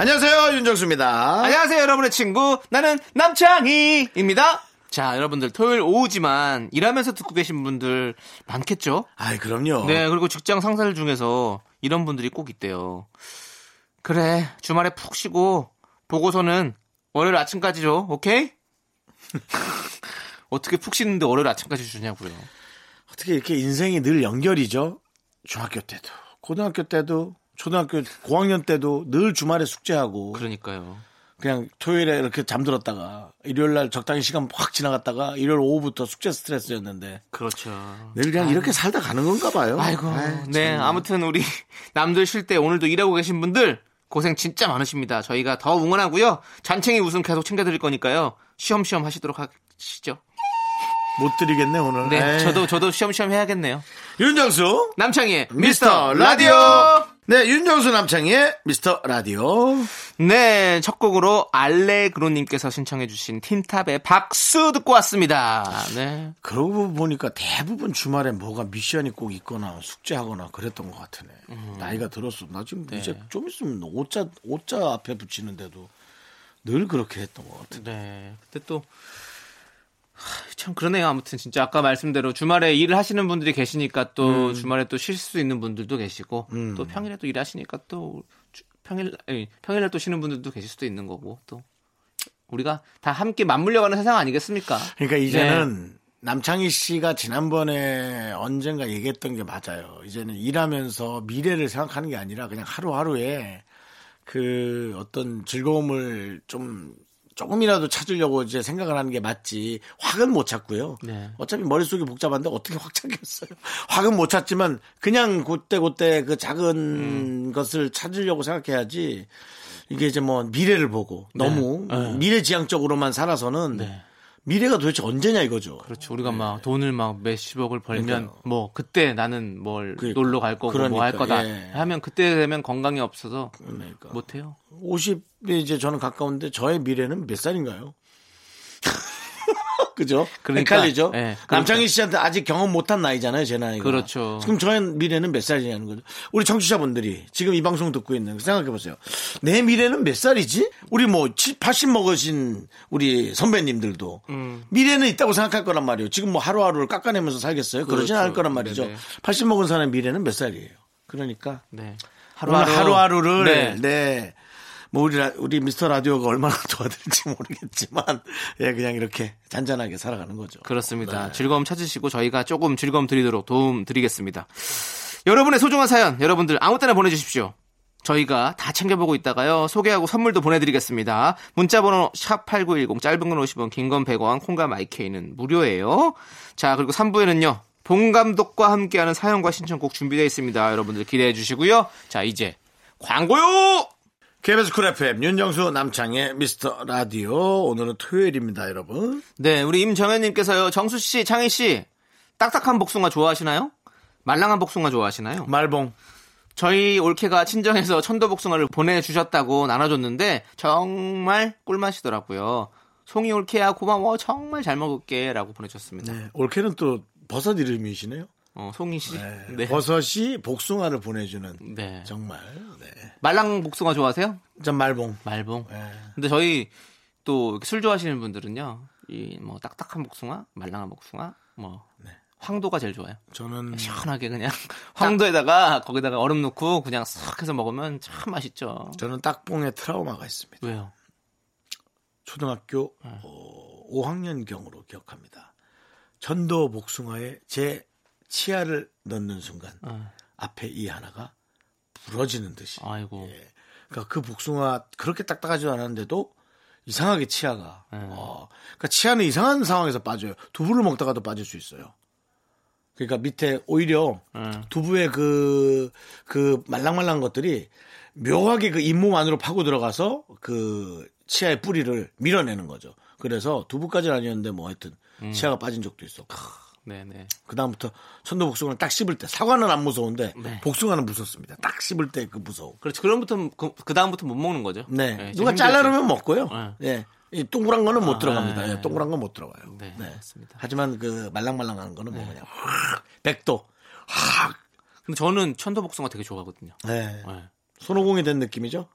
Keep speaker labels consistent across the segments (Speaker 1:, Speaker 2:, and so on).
Speaker 1: 안녕하세요 윤정수입니다
Speaker 2: 안녕하세요, 여러분의 친구. 나는 남창희입니다. 자, 여러분들, 토요일 오후지만 일하면서 듣고 계신 분들 많겠죠?
Speaker 1: 아이 그럼요
Speaker 2: 네, 그리고 직장 상사들 중에서 이런 분들이 꼭 있대요. 그래, 주말에 푹 쉬고, 보고서는 월요일 아침까지 줘, 오케이? 어떻게 푹 쉬는데 월요일 아침까지 주냐고요.
Speaker 1: 어떻게 이렇게 인생이 늘 연결이죠 중학교 때도 고등학교 때도 초등학교 고학년 때도 늘 주말에 숙제하고
Speaker 2: 그러니까요.
Speaker 1: 그냥 토요일에 이렇게 잠들었다가 일요일 날 적당히 시간 확 지나갔다가 일요일 오후부터 숙제 스트레스였는데
Speaker 2: 그렇죠.
Speaker 1: 늘 그냥 이렇게 살다 가는 건가 봐요.
Speaker 2: 아이고.
Speaker 1: 아이,
Speaker 2: 네,
Speaker 1: 참.
Speaker 2: 아무튼 우리 남들 쉴 때 오늘도 일하고 계신 분들 고생 진짜 많으십니다. 저희가 더 응원하고요. 잔챙이 웃음 계속 챙겨드릴 거니까요. 시험시험 하시도록 하시죠.
Speaker 1: 못 드리겠네 오늘.
Speaker 2: 네,
Speaker 1: 에이.
Speaker 2: 저도 저도 시험시험 해야겠네요.
Speaker 1: 윤정수
Speaker 2: 남창희의
Speaker 1: 미스터 라디오. 네, 윤정수 남창희의 미스터 라디오.
Speaker 2: 네, 첫 곡으로 알레그로님께서 신청해주신 틴탑의 박수 듣고 왔습니다. 네.
Speaker 1: 그러고 보니까 대부분 주말에 뭐가 미션이 꼭 있거나 숙제하거나 그랬던 것 같으네. 나이가 들었어. 나 지금 이제 좀 있으면 오자 오자 앞에 붙이는데도 늘 그렇게 했던 것 같아.
Speaker 2: 네. 근데 또, 하, 참 그러네요. 아무튼 진짜 아까 말씀대로 주말에 일을 하시는 분들이 계시니까
Speaker 1: 음.
Speaker 2: 또 주말에 또 쉴 수 있는 분들도 계시고 또 평일에 또 일하시니까 또 주- 평일, 아니, 평일에 또 쉬는 분들도 계실 수도 있는 거고 또 우리가 다 함께 맞물려가는 세상 아니겠습니까?
Speaker 1: 그러니까 이제는 남창희 씨가 지난번에 언젠가 얘기했던 게 맞아요. 이제는 일하면서 미래를 생각하는 게 아니라 그냥 하루하루에 그 어떤 즐거움을 좀 조금이라도 찾으려고 이제 생각을 하는 게 맞지 확은 못 찾고요.
Speaker 2: 네.
Speaker 1: 어차피 머릿속이 복잡한데 어떻게 확 찾겠어요. 확은 못 찾지만 그냥 그때 그때 그 작은 것을 찾으려고 생각해야지 이게 이제 뭐 미래를 보고 너무 미래지향적으로만 살아서는 미래가 도대체 언제냐 이거죠.
Speaker 2: 그렇죠. 우리가 막 돈을 막 몇십억을 벌면
Speaker 1: 네. 그러니까요.
Speaker 2: 뭐 그때 나는 뭘
Speaker 1: 그러니까.
Speaker 2: 놀러 갈 거고 뭐 할
Speaker 1: 그러니까,
Speaker 2: 거다
Speaker 1: 예.
Speaker 2: 하면 그때 되면 건강이 없어서
Speaker 1: 그러니까.
Speaker 2: 못 해요.
Speaker 1: 50에 이제 저는 가까운데 저의 미래는 몇 살인가요? 그죠?
Speaker 2: 그러니까,
Speaker 1: 헷갈리죠?
Speaker 2: 예, 그러니까.
Speaker 1: 남창희 씨한테 아직 경험 못한 나이잖아요, 제 나이가.
Speaker 2: 그렇죠.
Speaker 1: 지금 저의 미래는 몇 살이냐는 거죠. 우리 청취자분들이 지금 이 방송 듣고 있는 거 생각해보세요. 내 미래는 몇 살이지? 우리 뭐 70, 80 먹으신 우리 선배님들도
Speaker 2: 음.
Speaker 1: 미래는 있다고 생각할 거란 말이에요. 지금 뭐 하루하루를 깎아내면서 살겠어요? 그러진
Speaker 2: 그렇죠.
Speaker 1: 않을 거란 말이죠.
Speaker 2: 네네.
Speaker 1: 80 먹은 사람의 미래는 몇 살이에요? 그러니까
Speaker 2: 네.
Speaker 1: 하루하루. 를
Speaker 2: 네.
Speaker 1: 네. 뭐 우리 라- 우리 미스터 라디오가 얼마나 도와드릴지 모르겠지만 예 그냥 이렇게 잔잔하게 살아가는 거죠.
Speaker 2: 그렇습니다. 즐거움 찾으시고 저희가 조금 즐거움 드리도록 도움 드리겠습니다. 여러분의 소중한 사연, 여러분들 아무 때나 보내주십시오. 저희가 다 챙겨보고 있다가요. 소개하고 선물도 보내드리겠습니다. 문자번호 샵8910, 짧은 건 50원, 긴 건 100원, 콩과 마이케이는 무료예요. 자, 그리고 3부에는요. 봉 감독과 함께하는 사연과 신청곡 준비되어 있습니다. 여러분들 기대해 주시고요. 자, 이제 광고요!
Speaker 1: KBS 쿨 FM 윤정수 남창의 미스터 라디오 오늘은 토요일입니다, 여러분.
Speaker 2: 네, 우리 임정현님께서요. 정수씨, 창희씨, 딱딱한 복숭아 좋아하시나요? 말랑한 복숭아 좋아하시나요?
Speaker 1: 말봉
Speaker 2: 저희 올케가 친정에서 천도복숭아를 보내주셨다고 나눠줬는데 정말 꿀맛이더라고요. 송이 올케야 고마워 정말 잘 먹을게라고 보내주셨습니다.
Speaker 1: 네, 올케는 또 버섯 이름이시네요.
Speaker 2: 어, 송이 씨,
Speaker 1: 네,
Speaker 2: 네.
Speaker 1: 버섯이 복숭아를 보내주는
Speaker 2: 네.
Speaker 1: 정말 네.
Speaker 2: 말랑 복숭아 좋아하세요?
Speaker 1: 전 말봉.
Speaker 2: 말봉.
Speaker 1: 네.
Speaker 2: 근데 저희 또 술 좋아하시는 분들은요, 이 뭐 딱딱한 복숭아, 말랑한 복숭아, 뭐
Speaker 1: 네.
Speaker 2: 황도가 제일 좋아요.
Speaker 1: 저는
Speaker 2: 시원하게 그냥 황도에다가 거기다가 얼음 넣고 그냥 싹 해서 먹으면 참 맛있죠.
Speaker 1: 저는 딱봉의 트라우마가 있습니다.
Speaker 2: 왜요?
Speaker 1: 초등학교 5학년 경으로 기억합니다. 전도 복숭아에 제 치아를 넣는 순간
Speaker 2: 어.
Speaker 1: 앞에 이 하나가 부러지는 듯이.
Speaker 2: 아이고.
Speaker 1: 예. 그러니까 그 복숭아 그렇게 딱딱하지도 않았는데도 이상하게 치아가.
Speaker 2: 음.
Speaker 1: 어. 그러니까 치아는 이상한 상황에서 빠져요. 두부를 먹다가도 빠질 수 있어요. 그러니까 밑에 오히려 두부의 그, 그 말랑말랑 것들이 묘하게 그 잇몸 안으로 파고 들어가서 그 치아의 뿌리를 밀어내는 거죠. 그래서 두부까지는 아니었는데 뭐 하여튼 치아가 빠진 적도 있었고.
Speaker 2: 네네.
Speaker 1: 그다음부터 천도복숭아를 딱 씹을 때 사과는 안 무서운데
Speaker 2: 네.
Speaker 1: 복숭아는 무섭습니다. 딱 씹을 때 그 무서움.
Speaker 2: 그렇죠. 그럼부터 그, 그 다음부터 못 먹는 거죠.
Speaker 1: 네.
Speaker 2: 네,
Speaker 1: 누가
Speaker 2: 진짜 힘들죠.
Speaker 1: 잘라놓으면 먹고요.
Speaker 2: 네.
Speaker 1: 예. 이 동그란 거는 못 들어갑니다.
Speaker 2: 네.
Speaker 1: 예, 동그란 건 못 들어가요.
Speaker 2: 네, 맞습니다. 네.
Speaker 1: 하지만 그 말랑말랑한 거는 뭐 그냥 확 백도 확.
Speaker 2: 근데 저는 천도복숭아 되게 좋아하거든요.
Speaker 1: 네.
Speaker 2: 네.
Speaker 1: 손오공이 된 느낌이죠.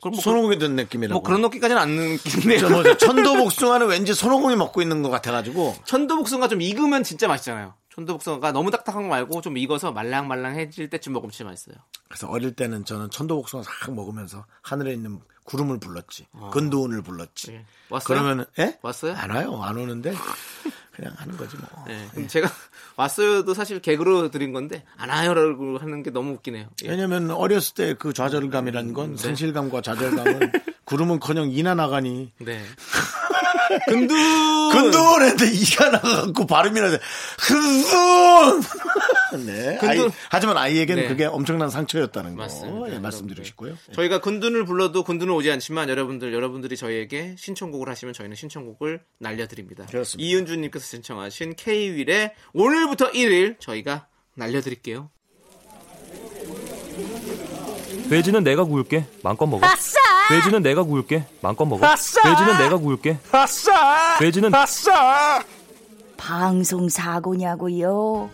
Speaker 2: 그럼 뭐,
Speaker 1: 손오공이 된 느낌이라고.
Speaker 2: 뭐 그런 느낌까지는 안 느끼네요.
Speaker 1: 저 뭐죠? 천도복숭아는 왠지 손오공이 먹고 있는 것 같아가지고
Speaker 2: 천도복숭아 좀 익으면 진짜 맛있잖아요. 천도복숭아가 너무 딱딱한 거 말고 좀 익어서 말랑말랑해질 때쯤 먹으면 진짜 맛있어요.
Speaker 1: 그래서 어릴 때는 저는 천도복숭아 싹 먹으면서 하늘에 있는 구름을 불렀지 근두운을 불렀지
Speaker 2: 예. 아. 왔어요?
Speaker 1: 그러면 예?
Speaker 2: 왔어요?
Speaker 1: 안 와요 안 오는데 그냥 하는 거지 뭐
Speaker 2: 네. 그럼 제가 왔어요도 사실 개그로 드린 건데 안 와요라고 하는 게 너무 웃기네요. 예.
Speaker 1: 왜냐면 어렸을 때 그 좌절감이란 건 상실감과 좌절감은 구름은커녕 이나 나가니
Speaker 2: 네. 근두
Speaker 1: 근두운했는데 이가 나가갖고 발음이 나서 근두운 네 아이,
Speaker 2: 근두운.
Speaker 1: 하지만 아이에게는
Speaker 2: 네.
Speaker 1: 그게 엄청난 상처였다는 거
Speaker 2: 맞습니다. 네.
Speaker 1: 예, 말씀드리고 싶고요
Speaker 2: 저희가 근두는 불러도 근두는 오지 않지만 여러분들 여러분들이 저희에게 신청곡을 하시면 저희는 신청곡을 날려드립니다.
Speaker 1: 그렇습니다.
Speaker 2: 이은주님께서 신청하신 K-윌의 오늘부터 1일 저희가 날려드릴게요.
Speaker 3: 돼지는 내가 구울게 마음껏 먹어
Speaker 4: 아싸!
Speaker 3: 돼지는 내가 구울게 마음껏 먹어
Speaker 4: 아싸!
Speaker 3: 돼지는 내가 구울게
Speaker 4: 아싸!
Speaker 3: 돼지는
Speaker 5: 방송 사고냐고요.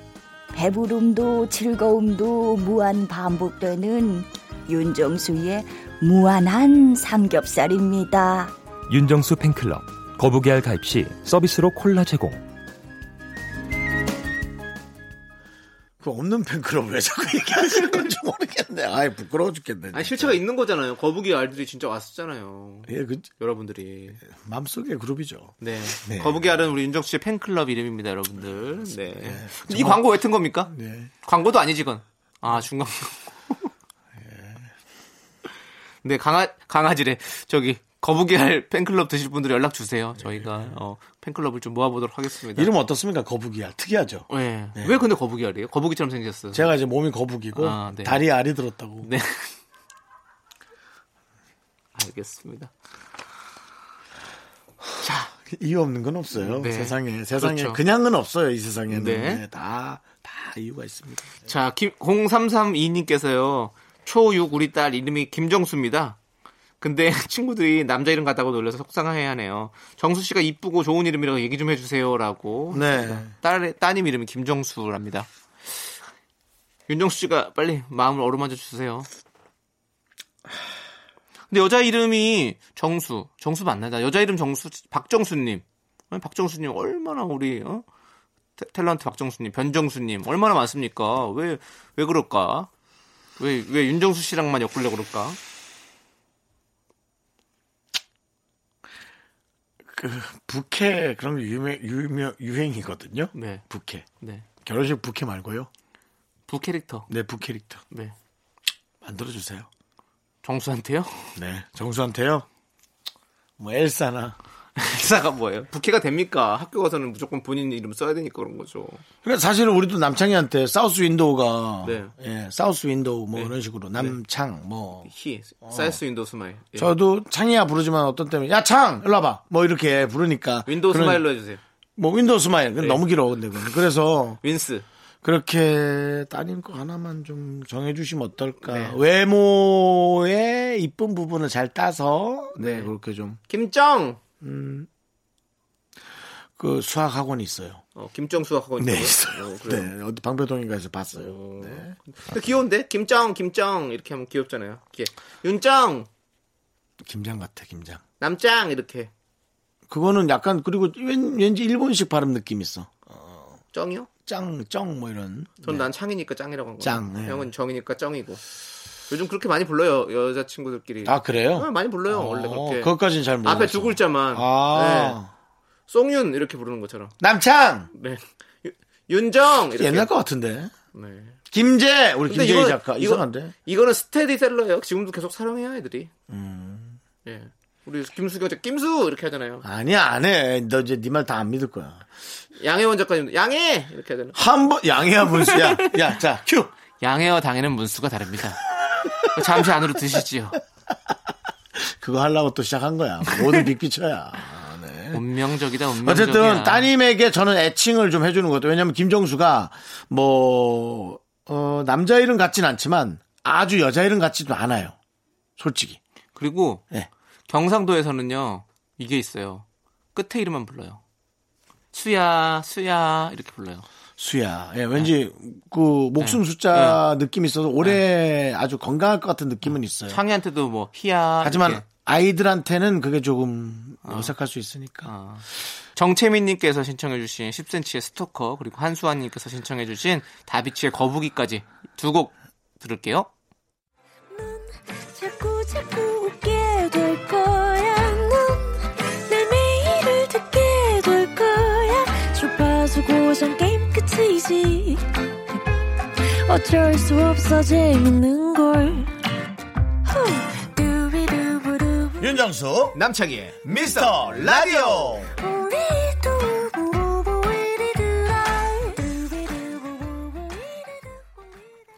Speaker 5: 배부름도 즐거움도 무한 반복되는 윤정수의 무한한 삼겹살입니다.
Speaker 3: 윤정수 팬클럽 거북이 알 가입 시 서비스로 콜라 제공
Speaker 1: 그 없는 팬클럽을 왜 자꾸 얘기하시는 건지 모르겠네 아이 부끄러워 죽겠네 진짜.
Speaker 2: 아니 실체가 있는 거잖아요. 거북이 알들이 진짜 왔었잖아요.
Speaker 1: 예, 그
Speaker 2: 여러분들이.
Speaker 1: 맘속의 그룹이죠
Speaker 2: 네.
Speaker 1: 네.
Speaker 2: 거북이 알은 우리 윤정 씨의 팬클럽 이름입니다, 여러분들. 네. 이 광고 왜 튼 겁니까?
Speaker 1: 네.
Speaker 2: 광고도 아니지, 건. 아, 중간 광고. 네, 강아, 강아지래. 저기, 거북이 알 팬클럽 드실 분들 연락 주세요. 저희가, 어, 팬클럽을 좀 모아보도록 하겠습니다.
Speaker 1: 네. 이름 어떻습니까 거북이야 특이하죠
Speaker 2: 네.
Speaker 1: 네.
Speaker 2: 왜 근데 거북이 알이에요? 거북이처럼 생겼어요.
Speaker 1: 제가 이제 몸이 거북이고
Speaker 2: 아, 네.
Speaker 1: 다리에 알이 들었다고
Speaker 2: 네. 알겠습니다.
Speaker 1: 이유 없는 건 없어요.
Speaker 2: 네.
Speaker 1: 세상에 세상에
Speaker 2: 그렇죠.
Speaker 1: 그냥은 없어요. 이 세상에는
Speaker 2: 네.
Speaker 1: 네, 다. 다 이유가 있습니다.
Speaker 2: 자, 김, 0332님께서요. 초육 우리 딸 이름이 김정수입니다. 근데 친구들이 남자 이름 같다고 놀려서 속상해하네요. 정수 씨가 이쁘고 좋은 이름이라고 얘기 좀 해주세요라고.
Speaker 1: 네.
Speaker 2: 딸 따님 이름이 김정수랍니다. 윤정수 씨가 빨리 마음을 어루만져 주세요. 근데 여자 이름이 정수, 정수 맞나? 나 여자 이름 정수, 박정수님. 아니, 박정수님 얼마나 우리 어? 태- 탤런트 박정수님, 변정수님 얼마나 많습니까? 왜 왜 그럴까? 왜 왜 윤정수 씨랑만 엮으려 고 그럴까?
Speaker 1: 그 부캐 그런 게 유명 유명 유행이거든요.
Speaker 2: 네,
Speaker 1: 부캐
Speaker 2: 네,
Speaker 1: 결혼식 부캐 말고요.
Speaker 2: 부캐릭터.
Speaker 1: 네 부캐릭터
Speaker 2: 네,
Speaker 1: 만들어 주세요.
Speaker 2: 정수한테요?
Speaker 1: 네 정수한테요. 뭐 엘사나
Speaker 2: 기사가 뭐예요? 부캐가 됩니까? 학교 가서는 무조건 본인 이름 써야 되니까 그런 거죠.
Speaker 1: 그래 그러니까 사실은 우리도 남창이한테 사우스 윈도우가
Speaker 2: 네.
Speaker 1: 예 사우스 윈도우 뭐 이런 식으로 남창 뭐
Speaker 2: 히, 사이스 윈도우 스마일. 예.
Speaker 1: 저도 창이야 부르지만 어떤 때는 야창 일로 와봐 뭐 이렇게 부르니까
Speaker 2: 윈도우
Speaker 1: 그런-
Speaker 2: 스마일로 해주세요.
Speaker 1: 뭐 윈도우 스마일 그건
Speaker 2: 네.
Speaker 1: 너무 길어 근데 그건. 그래서
Speaker 2: 윈스.
Speaker 1: 그렇게 따님 거 하나만 좀 정해주시면 어떨까
Speaker 2: 네.
Speaker 1: 외모의 이쁜 부분을 잘 따서 네, 그렇게
Speaker 2: 김정!
Speaker 1: 좀 그 수학 학원이 있어요
Speaker 2: 어, 김정 수학학원.
Speaker 1: 네
Speaker 2: 있다고요?
Speaker 1: 있어요
Speaker 2: 어, 그래요?
Speaker 1: 네 어디 방배동인가에서 봤어요 네.
Speaker 2: 근데 귀여운데? 김정, 김정. 이렇게 하면 귀엽잖아요. 이렇게. 윤정!
Speaker 1: 김장 같아 김장
Speaker 2: 남짱! 이렇게.
Speaker 1: 그거는 약간 그리고 왠, 왠지 일본식 발음 느낌 있어
Speaker 2: 정이요?
Speaker 1: 짱쩡 뭐 이런
Speaker 2: 전 난 창이니까 짱이라고 한 거예요.
Speaker 1: 짱, 네.
Speaker 2: 형은 정이니까 정이고. 요즘 그렇게 많이 불러요, 여자친구들끼리.
Speaker 1: 아
Speaker 2: 어,
Speaker 1: 그래요?
Speaker 2: 많이 불러요, 원래
Speaker 1: 어,
Speaker 2: 그렇게.
Speaker 1: 그것까지는 잘 몰랐어
Speaker 2: 앞에 두 글자만.
Speaker 1: 아
Speaker 2: 네. 송윤! 이렇게 부르는 것처럼.
Speaker 1: 남창
Speaker 2: 네. 유- 윤정! 이렇게.
Speaker 1: 옛날 것 같은데
Speaker 2: 네.
Speaker 1: 김재 우리
Speaker 2: 근데
Speaker 1: 김재희
Speaker 2: 이거-
Speaker 1: 작가
Speaker 2: 이거-
Speaker 1: 이상한데 음.
Speaker 2: 이거는 스테디셀러예요. 지금도 계속 사랑해요, 애들이. 예. 우리 김수가 저 김수 이렇게 하잖아요.
Speaker 1: 아니야 안 해. 너 이제 네 말 다 안 믿을 거야.
Speaker 2: 양혜원 작가님 양해 이렇게 하잖아요.
Speaker 1: 한 번 양해야 문수야. 야, 자 큐.
Speaker 2: 양해와 당해는 문수가 다릅니다. 잠시 안으로 드시지요.
Speaker 1: 그거 하려고 또 시작한 거야. 모두 빅피처야.
Speaker 2: 아,
Speaker 1: 네.
Speaker 2: 운명적이다 운명적이야.
Speaker 1: 어쨌든 따님에게 저는 애칭을 좀 해주는 것도 왜냐면 김정수가 뭐 어, 남자 이름 같진 않지만 아주 여자 이름 같지도 않아요. 솔직히.
Speaker 2: 그리고
Speaker 1: 네.
Speaker 2: 경상도에서는요 이게 있어요. 끝에 이름만 불러요. 수야 수야 이렇게 불러요.
Speaker 1: 수야. 예, 왠지
Speaker 2: 네.
Speaker 1: 그 목숨 숫자 느낌이 있어서
Speaker 2: 네.
Speaker 1: 올해 아주 건강할 것 같은 느낌은 있어요.
Speaker 2: 창희한테도 뭐 희야.
Speaker 1: 예. 하지만
Speaker 2: 이렇게.
Speaker 1: 아이들한테는 그게 조금 어색할 수 있으니까.
Speaker 2: 아. 정채민님께서 신청해주신 10cm의 스토커 그리고 한수환님께서 신청해주신 다비치의 거북이까지 두 곡 들을게요.
Speaker 4: 자꾸 자꾸 웃게 될 거야. 넌내 매일을 듣게 될 거야. 주파수 고정 게임 끝이지. 어쩔 수 없어 재밌는 걸. 후. 두비두부두.
Speaker 1: 윤정수 남창희의 미스터 라디오.
Speaker 4: 우리 두부부부 우리 두라. 두비두부부부 우리 두부부.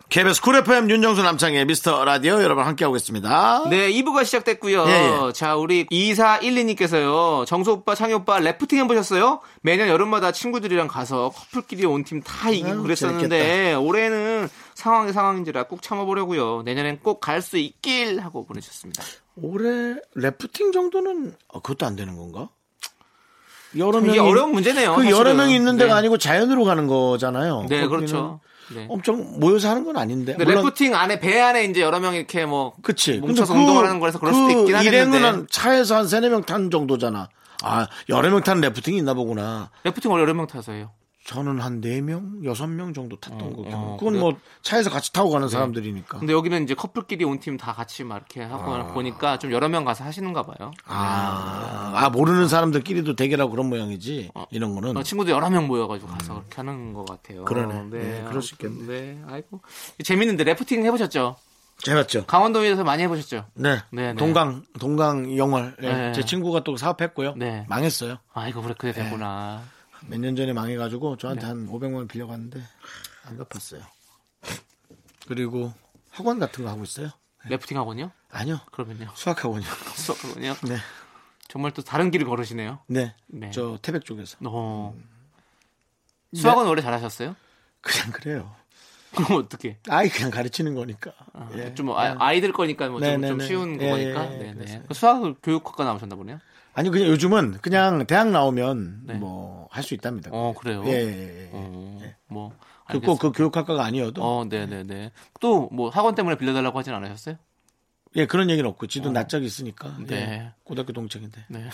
Speaker 1: KBS 쿨 FM 윤정수 남창희의 미스터 라디오 여러분 함께하고 있습니다.
Speaker 2: 네, 2부가 시작됐고요.
Speaker 1: 예,
Speaker 2: 자, 우리 2412님께서요. 정수 오빠, 창희 오빠 래프팅 해보셨어요? 매년 여름마다 친구들이랑 가서 커플끼리 온 팀 다 이기고
Speaker 1: 아유,
Speaker 2: 그랬었는데 올해는 상황이 상황인지라 꼭 참아보려고요. 내년엔 꼭 갈 수 있길 하고 보내주셨습니다.
Speaker 1: 올해 래프팅 정도는 어, 그것도 안 되는 건가? 여러
Speaker 2: 이게 어려운 문제네요.
Speaker 1: 그 여러
Speaker 2: 사실은.
Speaker 1: 명이 있는 데가
Speaker 2: 네.
Speaker 1: 아니고 자연으로 가는 거잖아요.
Speaker 2: 네,
Speaker 1: 거기는
Speaker 2: 그렇죠. 네.
Speaker 1: 엄청 모여서 하는 건 아닌데.
Speaker 2: 근데
Speaker 1: 물론
Speaker 2: 래프팅 안에 배 안에 이제 여러 명 이렇게 뭐
Speaker 1: 그치.
Speaker 2: 뭉쳐서
Speaker 1: 근데
Speaker 2: 운동하는 거라서 그럴 수도
Speaker 1: 그
Speaker 2: 있긴
Speaker 1: 일행은
Speaker 2: 하겠는데
Speaker 1: 한 차에서 한 세네 명 탄 정도잖아. 아, 여러 명 탄 래프팅이 있나 보구나.
Speaker 2: 래프팅 원래 여러 명 타서 해요.
Speaker 1: 저는 한 네명 여섯 명 정도 탔던 거고.
Speaker 2: 어,
Speaker 1: 그건
Speaker 2: 그래.
Speaker 1: 뭐 차에서 같이 타고 가는 사람들이니까.
Speaker 2: 근데 여기는 이제 커플끼리 온 팀 다 같이 막 이렇게 하고 보니까 좀 여러 명 가서 하시는가 봐요.
Speaker 1: 아, 아, 모르는 사람들끼리도 대결하고 그런 모양이지. 이런 거는.
Speaker 2: 어, 친구들 여러 명 모여가지고 가서 그렇게 하는 것 같아요.
Speaker 1: 음. 그러네. 네, 그럴 수
Speaker 2: 아무튼, 네, 아이고 재밌는데 래프팅 해보셨죠?
Speaker 1: 재밌죠.
Speaker 2: 강원도에서 많이 해보셨죠?
Speaker 1: 네.
Speaker 2: 네, 네.
Speaker 1: 동강, 동강 영월. 예,
Speaker 2: 네.
Speaker 1: 제 친구가 또 사업했고요.
Speaker 2: 네.
Speaker 1: 망했어요.
Speaker 2: 아이고 그래
Speaker 1: 네.
Speaker 2: 그래 됐구나.
Speaker 1: 몇 년 전에 망해가지고 저한테
Speaker 2: 네.
Speaker 1: 한 500만 원 빌려갔는데 안 갚았어요. 그리고 학원 같은 거 하고 있어요.
Speaker 2: 래프팅 학원요?
Speaker 1: 아니요.
Speaker 2: 그러면요.
Speaker 1: 수학학원이요.
Speaker 2: 수업 학원요?
Speaker 1: 네.
Speaker 2: 정말 또 다른 길을 걸으시네요.
Speaker 1: 네.
Speaker 2: 네.
Speaker 1: 저 음. 태백 쪽에서.
Speaker 2: 어. 수학은 원래 잘하셨어요?
Speaker 1: 그냥 그래요.
Speaker 2: 그럼 어떻게?
Speaker 1: 아이 그냥 가르치는 거니까. 예.
Speaker 2: 좀 아, 이들 거니까 뭐
Speaker 1: 네,
Speaker 2: 좀,
Speaker 1: 네,
Speaker 2: 좀
Speaker 1: 네.
Speaker 2: 쉬운
Speaker 1: 예,
Speaker 2: 거니까.
Speaker 1: 예, 예,
Speaker 2: 네, 네.
Speaker 1: 그렇습니다.
Speaker 2: 그 수학 교육학과 나오셨나 보네요.
Speaker 1: 아니 그냥 요즘은 그냥 대학 나오면
Speaker 2: 네.
Speaker 1: 뭐 할 수 있답니다.
Speaker 2: 어 그래요.
Speaker 1: 예. 예, 예.
Speaker 2: 어, 뭐
Speaker 1: 그 꼭 그 교육학과가 아니어도
Speaker 2: 어, 네, 네, 네. 또 뭐 학원 때문에 빌려달라고 하진 않으셨어요?
Speaker 1: 예 그런 얘기는 없고 지도 낯짝이 있으니까 예.
Speaker 2: 어. 네.
Speaker 1: 고등학교 동창인데
Speaker 2: 네.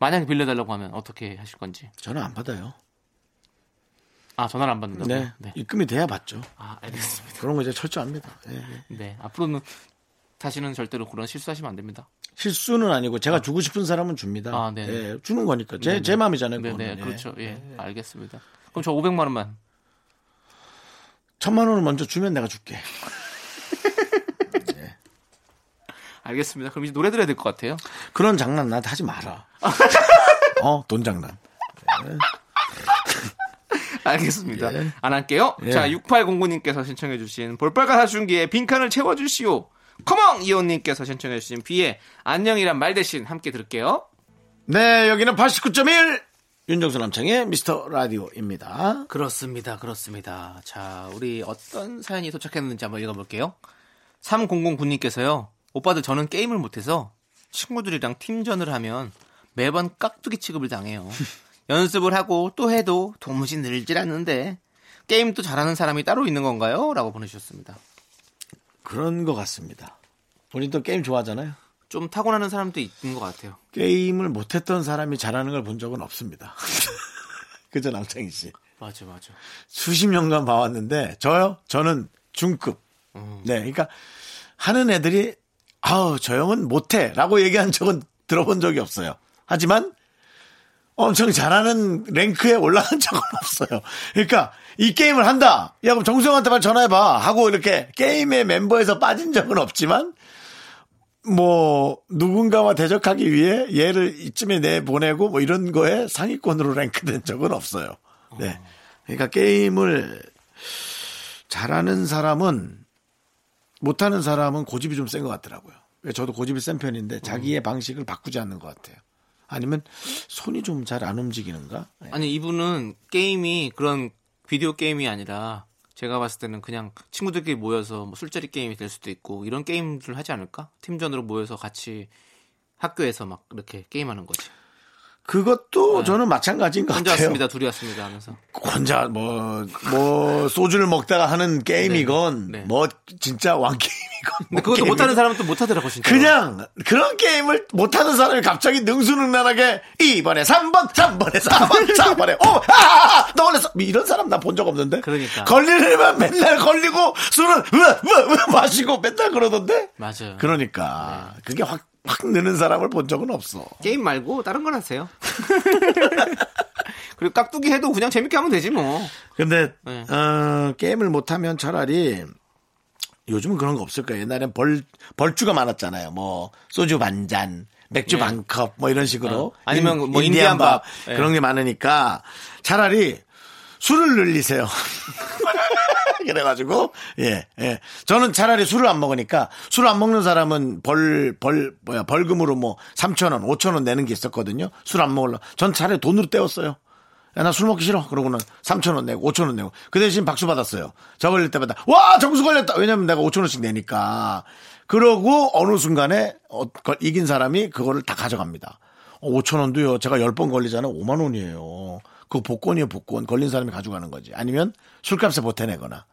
Speaker 2: 만약에 빌려달라고 하면 어떻게 하실 건지.
Speaker 1: 저는 안 받아요.
Speaker 2: 아, 전화를 안 받는다고.
Speaker 1: 네. 입금이 돼야 받죠.
Speaker 2: 아, 알겠습니다.
Speaker 1: 그런 거 이제 철저합니다. 예, 예.
Speaker 2: 네. 앞으로는 다시는 절대로 그런 실수하시면 안 됩니다.
Speaker 1: 실수는 아니고 제가 주고 싶은 사람은 줍니다.
Speaker 2: 아, 네.
Speaker 1: 예, 주는 거니까 제 제 마음이잖아요.
Speaker 2: 네,
Speaker 1: 그거는.
Speaker 2: 네.
Speaker 1: 예.
Speaker 2: 그렇죠. 예. 알겠습니다. 그럼 저 500만 원만.
Speaker 1: 천만 원을 먼저 주면 내가 줄게.
Speaker 2: 알겠습니다. 그럼 이제 노래 들어야 될 것 같아요.
Speaker 1: 그런 장난 나한테 하지 마라. 어, 돈 장난.
Speaker 2: 알겠습니다.
Speaker 1: 예.
Speaker 2: 안 할게요. 자, 6809님께서 신청해주신 볼빨간 사춘기에 빈칸을 채워주시오. 컴온! 이온님께서 신청해주신 비의 안녕이란 말 대신 함께 들을게요.
Speaker 1: 네, 여기는 89.1 윤정수 남창의 미스터 라디오입니다.
Speaker 2: 그렇습니다. 그렇습니다. 자, 우리 어떤 사연이 도착했는지 한번 읽어볼게요. 3009님께서요. 오빠들 저는 게임을 못해서 친구들이랑 팀전을 하면 매번 깍두기 취급을 당해요. 연습을 하고 또 해도 도무지 늘질 않는데 게임도 잘하는 사람이 따로 있는 건가요? 라고 보내주셨습니다.
Speaker 1: 그런 것 같습니다. 본인도 게임 좋아하잖아요.
Speaker 2: 좀 타고나는 사람도 있는 것 같아요.
Speaker 1: 게임을 못했던 사람이 잘하는 걸 본 적은 없습니다. 그죠, 남창희 씨?
Speaker 2: 맞아, 맞아.
Speaker 1: 수십 년간 봐왔는데 저요 저는 중급 네 그러니까 하는 애들이 아우 저 형은 못해라고 얘기한 적은 들어본 적이 없어요 하지만 엄청 잘하는 랭크에 올라간 적은 없어요 그러니까 이 게임을 한다 야 그럼 정수형한테 빨리 전화해봐 하고 이렇게 게임의 멤버에서 빠진 적은 없지만 뭐 누군가와 대적하기 위해 얘를 이쯤에 내 보내고 뭐 이런 거에 상위권으로 랭크된 적은 없어요. 네. 그러니까 게임을 잘하는 사람은 못하는 사람은 고집이 좀 센 것 같더라고요. 그래서 저도 고집이 센 편인데 자기의
Speaker 2: 음.
Speaker 1: 방식을 바꾸지 않는 것 같아요. 아니면 손이 좀 잘 안 움직이는가? 네.
Speaker 2: 아니 이분은 게임이 그런 비디오 게임이 아니라 제가 봤을 때는 그냥 친구들끼리 모여서 뭐 술자리 게임이 될 수도 있고 이런 게임들 하지 않을까? 팀전으로 모여서 같이 학교에서 막 이렇게 게임하는 거지.
Speaker 1: 그것도 저는 마찬가지인 것
Speaker 2: 네. 혼자
Speaker 1: 같아요.
Speaker 2: 왔습니다, 둘이 왔습니다 하면서.
Speaker 1: 혼자 뭐, 뭐, 소주를 먹다가 하는 게임이건,
Speaker 2: 네.
Speaker 1: 뭐, 진짜 왕게임이건.
Speaker 2: 근데 그것도 못하는 사람은 또 못하더라고 진짜.
Speaker 1: 그냥, 그런 게임을 못하는 사람이 갑자기 능수능란하게, 2번에 3번, 3번에 4번, 4번에 5, 아, 아, 아, 너 원래서, 이런 사람 나 본 적 없는데?
Speaker 2: 그러니까.
Speaker 1: 걸리려면 맨날 걸리고, 술은, 으, 으, 으, 마시고, 맨날 그러던데?
Speaker 2: 맞아요. 네.
Speaker 1: 그러니까. 그게 확, 확 느는 사람을 본 적은 없어.
Speaker 2: 게임 말고 다른 걸 하세요. 그리고 깍두기 해도 그냥 재밌게 하면 되지 뭐.
Speaker 1: 근데
Speaker 2: 네.
Speaker 1: 어, 게임을 못하면 차라리 요즘은 그런 거 없을 거예요. 옛날엔 벌 벌주가 많았잖아요. 뭐 소주 반 잔, 맥주
Speaker 2: 예.
Speaker 1: 반 컵, 뭐 이런 식으로.
Speaker 2: 어. 아니면
Speaker 1: 인-
Speaker 2: 뭐 인디안 밥. 예.
Speaker 1: 그런 게 많으니까 차라리 술을 늘리세요. 그래가지고 예, 예. 저는 차라리 술을 안 먹으니까 술을 안 먹는 사람은 벌 벌 뭐야 벌금으로 뭐 3천 원, 5천 원 내는 게 있었거든요. 술 안 먹을라. 전 차라리 돈으로 때웠어요. 나 술 먹기 싫어. 그러고는 3,000원 내고, 5,000원 내고. 그 대신 박수 받았어요. 저 걸릴 때마다, 와! 정수 걸렸다! 왜냐면 내가 5,000원씩 내니까. 그러고 어느 순간에 어, 걸- 이긴 사람이 그거를 다 가져갑니다. 어, 5,000원도요. 제가 10번 걸리잖아요. 5만원이에요. 그거 복권이에요, 복권. 걸린 사람이 가져가는 거지. 아니면 술값에 보태내거나.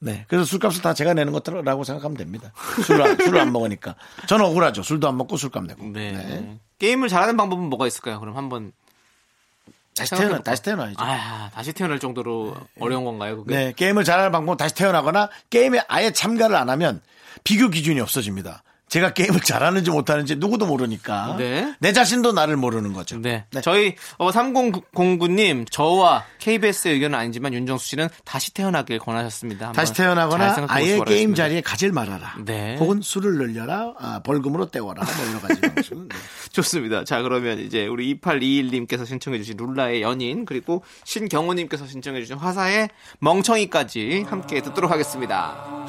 Speaker 1: 네. 그래서 술값을 다 제가 내는 것들라고 생각하면 됩니다. 술을, 안- 술을 안 먹으니까. 저는 억울하죠. 술도 안 먹고 술값 내고.
Speaker 2: 네. 게임을 잘하는 방법은 뭐가 있을까요? 그럼 한번
Speaker 1: 다시
Speaker 2: 생각해볼까요?
Speaker 1: 태어나, 다시 태어나야죠.
Speaker 2: 아 다시 태어날 정도로 어려운 건가요? 그게?
Speaker 1: 네, 게임을 잘하는 방법은 다시 태어나거나 게임에 아예 참가를 안 하면 비교 기준이 없어집니다. 제가 게임을 잘하는지 못하는지 누구도 모르니까
Speaker 2: 네.
Speaker 1: 내 자신도 나를 모르는 거죠.
Speaker 2: 네.
Speaker 1: 네.
Speaker 2: 저희 어, 3009님 저와 KBS의 의견은 아니지만 윤정수 씨는 다시 태어나길 권하셨습니다. 한번
Speaker 1: 다시
Speaker 2: 잘
Speaker 1: 태어나거나
Speaker 2: 생각해
Speaker 1: 아예 게임
Speaker 2: 보시기 바라겠습니다.
Speaker 1: 자리에 가질 말아라.
Speaker 2: 네.
Speaker 1: 혹은 술을 늘려라, 아, 벌금으로 때워라, 뭐 여러 가지 방식은. 네.
Speaker 2: 좋습니다. 자 그러면 이제 우리 2821님께서 신청해주신 룰라의 연인 그리고 신경호님께서 신청해주신 화사의 멍청이까지 함께 듣도록 하겠습니다.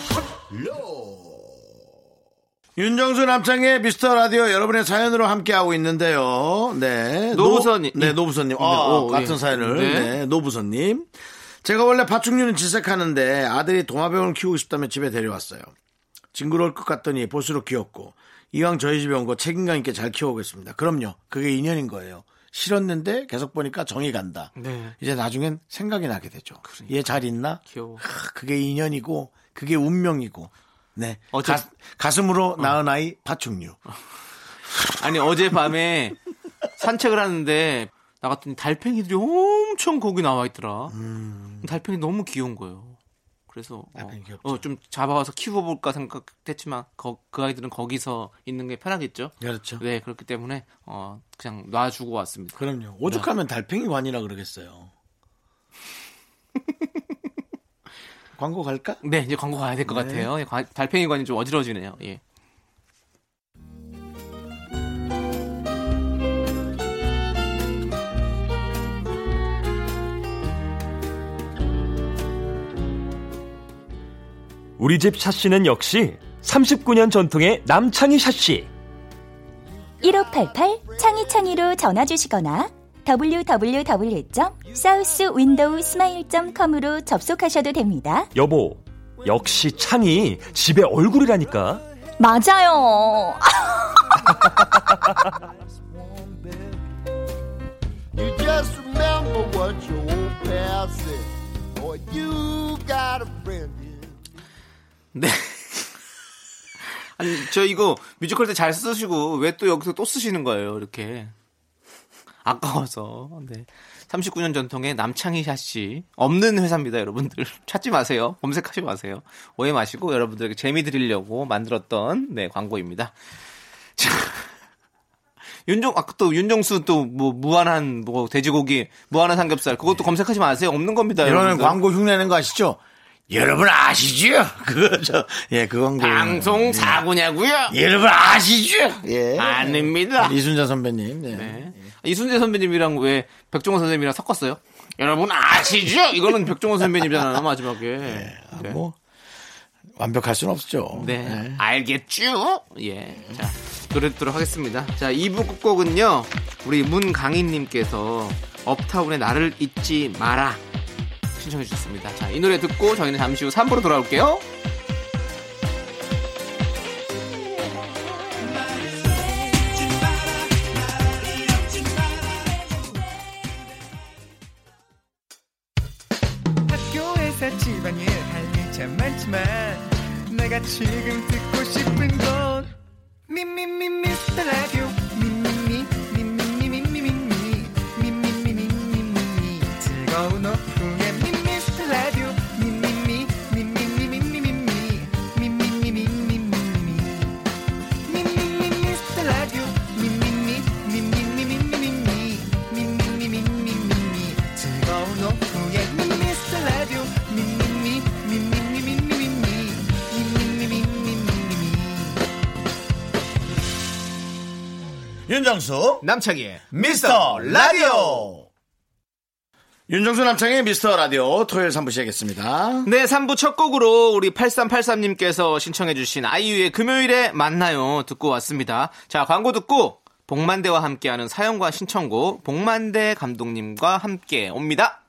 Speaker 1: 윤정수 남창의 미스터 라디오 여러분의 사연으로 함께하고 있는데요. 네.
Speaker 2: 노부선님.
Speaker 1: 노- 네, 노부선님. 아,
Speaker 2: 네, 오,
Speaker 1: 같은
Speaker 2: 예.
Speaker 1: 사연을.
Speaker 2: 네.
Speaker 1: 네. 노부선님. 제가 원래 파충류는 질색하는데 아들이 도마뱀을 키우고 싶다며 집에 데려왔어요. 징그러울 것 같더니 볼수록 귀엽고 이왕 저희 집에 온 거 책임감 있게 잘 키워오겠습니다. 그럼요. 그게 인연인 거예요. 싫었는데 계속 보니까 정이 간다.
Speaker 2: 네.
Speaker 1: 이제 나중엔 생각이 나게 되죠. 얘 잘 있나?
Speaker 2: 귀여워.
Speaker 1: 아, 그게 인연이고 그게 운명이고 네
Speaker 2: 어째- 어.
Speaker 1: 가, 슴으로 낳은 아이 파충류
Speaker 2: 아니 어젯밤에 산책을 하는데 나갔더니 달팽이들이 엄청 거기 나와 있더라. 달팽이 너무 귀여운 거예요. 그래서
Speaker 1: 음. 달팽이 귀엽죠.
Speaker 2: 어, 좀 잡아와서 키워볼까 생각했지만 거- 그 아이들은 거기서 있는 게 편하겠죠.
Speaker 1: 그렇죠
Speaker 2: 네 그렇기 때문에 어, 그냥 놔주고 왔습니다.
Speaker 1: 그럼요 오죽하면 달팽이관이라 그러겠어요 광고 갈까?
Speaker 2: 네 이제 광고 가야 될 것
Speaker 1: 네.
Speaker 2: 같아요. 예, 과- 달팽이관이 좀 어지러지네요. 예.
Speaker 3: 우리 집 샤씨는 역시 39년 전통의 남창희 샤씨.
Speaker 4: 1588 창이창이로 전화 주시거나 www.southwindowsmile.com으로 접속하셔도 됩니다.
Speaker 3: 여보, 역시 창희 집에 얼굴이라니까.
Speaker 4: 맞아요.
Speaker 2: 네. 아니, 저 이거 뮤지컬 때 잘 쓰시고 왜 또 여기서 또 쓰시는 거예요, 이렇게. 아까워서. 네. 39년 전통의 남창희 샷이 없는 회사입니다, 여러분들. 찾지 마세요. 검색하지 마세요. 오해 마시고 여러분들에게 재미 드리려고 만들었던 네, 광고입니다. 자. 윤종 아까 또 윤종수 또 뭐 무한한 뭐 돼지고기, 무한한 삼겹살 그것도 검색하지 마세요. 없는 겁니다,
Speaker 1: 네. 이러는
Speaker 2: 여러분들.
Speaker 1: 광고 흉내는 거 아시죠? 여러분 아시죠? 그거죠. 예, 그 광고.
Speaker 2: 방송 사고냐고요?
Speaker 1: 예. 여러분 아시죠? 예.
Speaker 2: 아닙니다.
Speaker 1: 이순자 선배님. 예.
Speaker 2: 네. 이순재 선배님이랑 왜 백종원 선생님이랑 섞었어요? 여러분 아시죠? 이거는 백종원 선배님이잖아요 마지막에.
Speaker 1: 아,
Speaker 2: 네.
Speaker 1: 뭐 완벽할 수는 없죠.
Speaker 2: 네.
Speaker 1: 예.
Speaker 2: 알겠죠? 예. 자, 노래 듣도록 하겠습니다. 자, 2부 끝곡은요, 우리 문강인님께서 업타운의 나를 잊지 마라. 신청해 주셨습니다. 자, 이 노래 듣고 저희는 잠시 후 3부로 돌아올게요.
Speaker 6: 학교에서 집안일 할 일 참 많지만 내가 지금 듣고 싶은 건 미미미 미스터 라디오 미미미 미미미 미미미 미미미 미미미 즐거운 오후에 미스터 라디오 미미미 미미미 미미미 미미미 미미미
Speaker 1: 윤정수
Speaker 2: 남창희의
Speaker 1: 미스터 라디오. 윤정수 남창의 미스터 라디오 토요일 3부 시작했습니다.
Speaker 2: 네, 3부 첫 곡으로 우리 8383님께서 신청해주신 아이유의 금요일에 만나요 듣고 왔습니다. 자, 광고 듣고 복만대와 함께하는 사연과 신청곡 복만대 감독님과 함께 옵니다.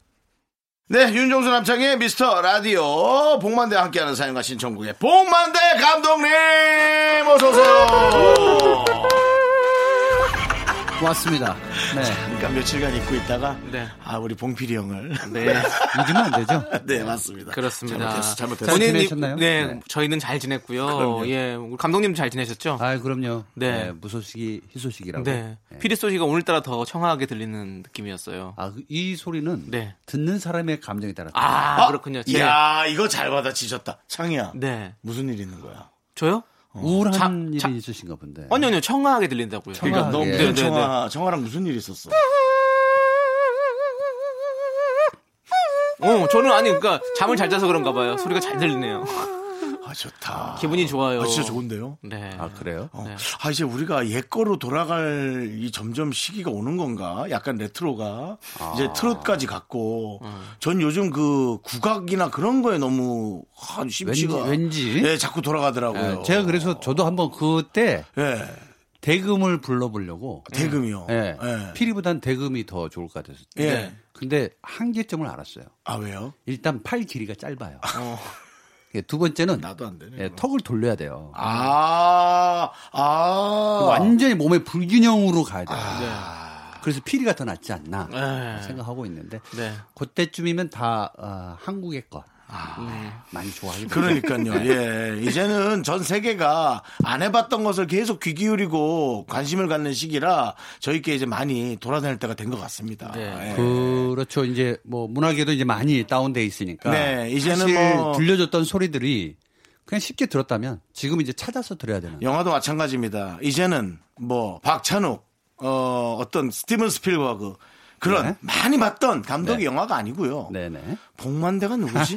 Speaker 1: 네, 윤정수 남창의 미스터 라디오 복만대와 함께하는 사연과 신청국의 복만대 감독님 어서 오세요.
Speaker 7: 왔습니다. 네.
Speaker 1: 잠깐 며칠간 잊고 있다가
Speaker 2: 네.
Speaker 1: 아 우리 봉필이 형을
Speaker 2: 네,
Speaker 7: 잊으면 안 되죠.
Speaker 1: 네 맞습니다.
Speaker 2: 그렇습니다.
Speaker 1: 잘못했어, 잘못했어.
Speaker 7: 잘
Speaker 2: 본인이-
Speaker 7: 지내셨나요?
Speaker 2: 네,
Speaker 7: 네.
Speaker 2: 저희는 잘 지냈고요.
Speaker 1: 그럼요.
Speaker 2: 예, 우리 감독님 잘 지내셨죠?
Speaker 7: 아, 그럼요.
Speaker 2: 네.
Speaker 7: 네. 무소식이 희소식이라고.
Speaker 2: 네.
Speaker 7: 네.
Speaker 2: 피리 소리가 오늘따라 더 청아하게 들리는 느낌이었어요.
Speaker 7: 아, 그이 소리는
Speaker 2: 네.
Speaker 7: 듣는 사람의 감정에 따라. 아,
Speaker 2: 아,
Speaker 1: 아,
Speaker 2: 그렇군요. 제-
Speaker 1: 이야 이거 잘 받아치셨다. 창이야.
Speaker 2: 네.
Speaker 1: 무슨 일 있는 거야?
Speaker 2: 저요?
Speaker 7: 우울한
Speaker 2: 자-
Speaker 7: 일이
Speaker 2: 자-
Speaker 7: 있으신가 본데.
Speaker 2: 아니요, 아니요. 청아하게 들린다고요.
Speaker 1: 그러니까 너
Speaker 7: 예.
Speaker 1: 무슨
Speaker 2: 네, 네,
Speaker 1: 청아 청아랑 무슨 일 있었어?
Speaker 2: 어, 저는 아니, 그러니까 잠을 잘 자서 그런가 봐요. 소리가 잘 들리네요.
Speaker 1: 아 좋다.
Speaker 2: 기분이 좋아요.
Speaker 1: 아, 진짜 좋은데요.
Speaker 2: 네.
Speaker 7: 아, 그래요?
Speaker 1: 어. 아 이제 우리가 옛 거로 돌아갈 이 점점 시기가 오는 건가? 약간 레트로가
Speaker 2: 아.
Speaker 1: 이제 트롯까지 갔고
Speaker 2: 음.
Speaker 1: 전 요즘 그 국악이나 그런 거에 너무 한
Speaker 7: 왠지,
Speaker 1: 심취가
Speaker 7: 왠지.
Speaker 1: 예 자꾸 돌아가더라고요.
Speaker 7: 예, 제가 그래서 저도 한번 그때
Speaker 1: 예
Speaker 7: 대금을 불러보려고.
Speaker 1: 대금이요.
Speaker 7: 예.
Speaker 1: 예.
Speaker 7: 피리보단 대금이 더 좋을 것 같아서. 네.
Speaker 1: 예.
Speaker 7: 근데 한계점을 알았어요.
Speaker 1: 아 왜요?
Speaker 7: 일단 팔 길이가 짧아요. 예, 두 번째는
Speaker 1: 어, 나도 안 되네.
Speaker 7: 예, 턱을 돌려야 돼요.
Speaker 1: 아, 아.
Speaker 7: 완전히 몸의 불균형으로 가야 돼요.
Speaker 1: 네.
Speaker 7: 그래서 피리가 더 낫지 않나
Speaker 2: 네.
Speaker 7: 생각하고 있는데
Speaker 2: 네.
Speaker 7: 그때쯤이면 다 어, 한국의 것 아, 많이 좋아하게 되죠.
Speaker 1: 음. 그러니까요. 예. 이제는 전 세계가 안 해봤던 것을 계속 귀 기울이고 관심을 갖는 시기라 저희께 이제 많이 돌아다닐 때가 된 것 같습니다.
Speaker 2: 네.
Speaker 1: 예.
Speaker 7: 그렇죠. 이제 뭐 문화계도 이제 많이 다운돼 있으니까
Speaker 1: 네, 이제는
Speaker 7: 사실
Speaker 1: 뭐-
Speaker 7: 들려줬던 소리들이 그냥 쉽게 들었다면 지금 이제 찾아서 들어야 되는
Speaker 1: 영화도 마찬가지입니다. 이제는 뭐 박찬욱, 어, 어떤 스티븐 스필버그 그런
Speaker 7: 네.
Speaker 1: 많이 봤던 감독의
Speaker 7: 네.
Speaker 1: 영화가 아니고요.
Speaker 7: 네네.
Speaker 1: 복만대가 누구지?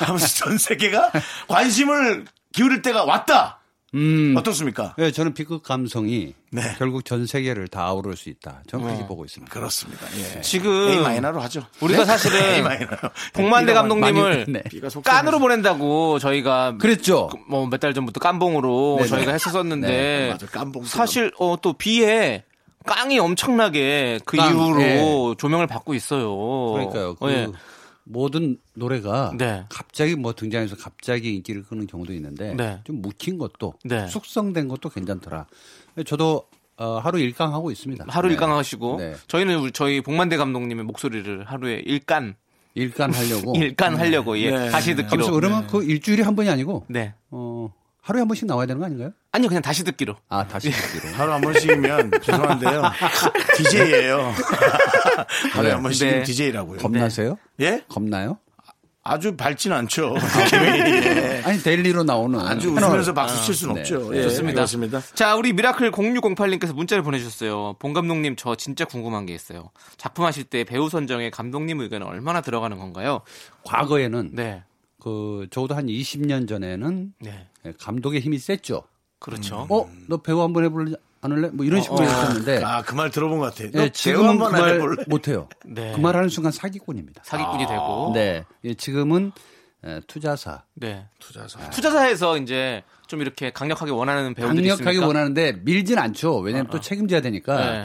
Speaker 1: 하면서 전 세계가 관심을 기울일 때가 왔다.
Speaker 7: 음.
Speaker 1: 어떻습니까?
Speaker 7: 네, 저는 비극 감성이
Speaker 1: 네. 어.
Speaker 7: 결국 전 세계를 다 아우를 수 있다. 저는 그렇게 보고 있습니다.
Speaker 1: 그렇습니다. 예.
Speaker 2: 지금
Speaker 1: A 마이너로 하죠. 네?
Speaker 2: 우리가
Speaker 1: A
Speaker 2: 사실은
Speaker 1: 마이너로.
Speaker 2: 복만대
Speaker 7: 많이-
Speaker 2: 감독님을
Speaker 7: 네.
Speaker 1: 비가 속삭이면서-
Speaker 2: 깐으로 보낸다고 저희가
Speaker 7: 그랬죠.
Speaker 2: 뭐 몇 달 전부터 깐봉으로
Speaker 7: 네네.
Speaker 2: 저희가 했었었는데
Speaker 1: 네, 맞아. 깐봉.
Speaker 2: 사실 어, 또 비에 깡이 엄청나게 그
Speaker 7: 깡,
Speaker 2: 이후로
Speaker 7: 예.
Speaker 2: 조명을 받고 있어요.
Speaker 7: 그러니까요. 그
Speaker 2: 어, 예.
Speaker 7: 모든 노래가
Speaker 2: 네.
Speaker 7: 갑자기 뭐 등장해서 갑자기 인기를 끄는 경우도 있는데
Speaker 2: 네.
Speaker 7: 좀 묵힌 것도
Speaker 2: 네.
Speaker 7: 숙성된 것도 괜찮더라. 저도 어, 하루 일강 하고 있습니다.
Speaker 2: 하루
Speaker 7: 네.
Speaker 2: 일강 하시고
Speaker 7: 네.
Speaker 2: 저희는 우리 저희 복만대 감독님의 목소리를 하루에 일간
Speaker 7: 일간 하려고.
Speaker 2: 일간 하려고 예.
Speaker 1: 네.
Speaker 2: 다시 듣기로.
Speaker 7: 잠시 그러면 그 일주일에 한 번이 아니고
Speaker 2: 네.
Speaker 7: 어, 하루에 한 번씩 나와야 되는 거 아닌가요?
Speaker 2: 아니요 그냥 다시 듣기로.
Speaker 7: 아 다시 듣기로.
Speaker 1: 하루 한 번씩이면 죄송한데요. DJ예요. 하루에 한 번씩은
Speaker 2: 네.
Speaker 1: DJ라고요.
Speaker 7: 겁나세요?
Speaker 1: 예?
Speaker 7: 겁나요?
Speaker 1: 아주 밝진 않죠.
Speaker 7: 아, 네.
Speaker 2: 네.
Speaker 1: 예.
Speaker 7: 아니 데일리로 나오는
Speaker 1: 아주
Speaker 7: 패널.
Speaker 1: 웃으면서 박수 칠 수는
Speaker 7: 네.
Speaker 1: 없죠.
Speaker 7: 네.
Speaker 1: 예,
Speaker 2: 좋습니다.
Speaker 1: 그렇습니다.
Speaker 2: 자, 우리 미라클 0608님께서 문자를 보내주셨어요. 봉 감독님, 저 진짜 궁금한 게 있어요. 작품 하실 때 배우 선정에 감독님 의견은 얼마나 들어가는 건가요?
Speaker 7: 과거에는
Speaker 2: 네.
Speaker 7: 그 저도 한 20년 전에는
Speaker 2: 네.
Speaker 7: 예, 감독의 힘이 셌죠.
Speaker 2: 그렇죠.
Speaker 7: 어, 너 배우 한번 해볼래? 안 할래? 뭐 이런 식으로 했었는데
Speaker 1: 어, 아, 그 말 들어본 것 같아. 너
Speaker 7: 예,
Speaker 1: 배우
Speaker 7: 지금은
Speaker 1: 한번 안
Speaker 7: 그
Speaker 1: 해볼래?
Speaker 7: 말 못해요.
Speaker 2: 네.
Speaker 7: 그 말하는 순간 사기꾼입니다.
Speaker 2: 사기꾼이
Speaker 1: 어?
Speaker 2: 되고.
Speaker 7: 네, 예, 지금은 예, 투자사.
Speaker 2: 네.
Speaker 1: 투자사.
Speaker 2: 투자사에서 이제 좀 이렇게 강력하게 원하는 배우들이
Speaker 7: 강력하게
Speaker 2: 있습니까?
Speaker 7: 원하는데 밀진 않죠. 왜냐하면
Speaker 1: 어,
Speaker 7: 또 책임져야 되니까.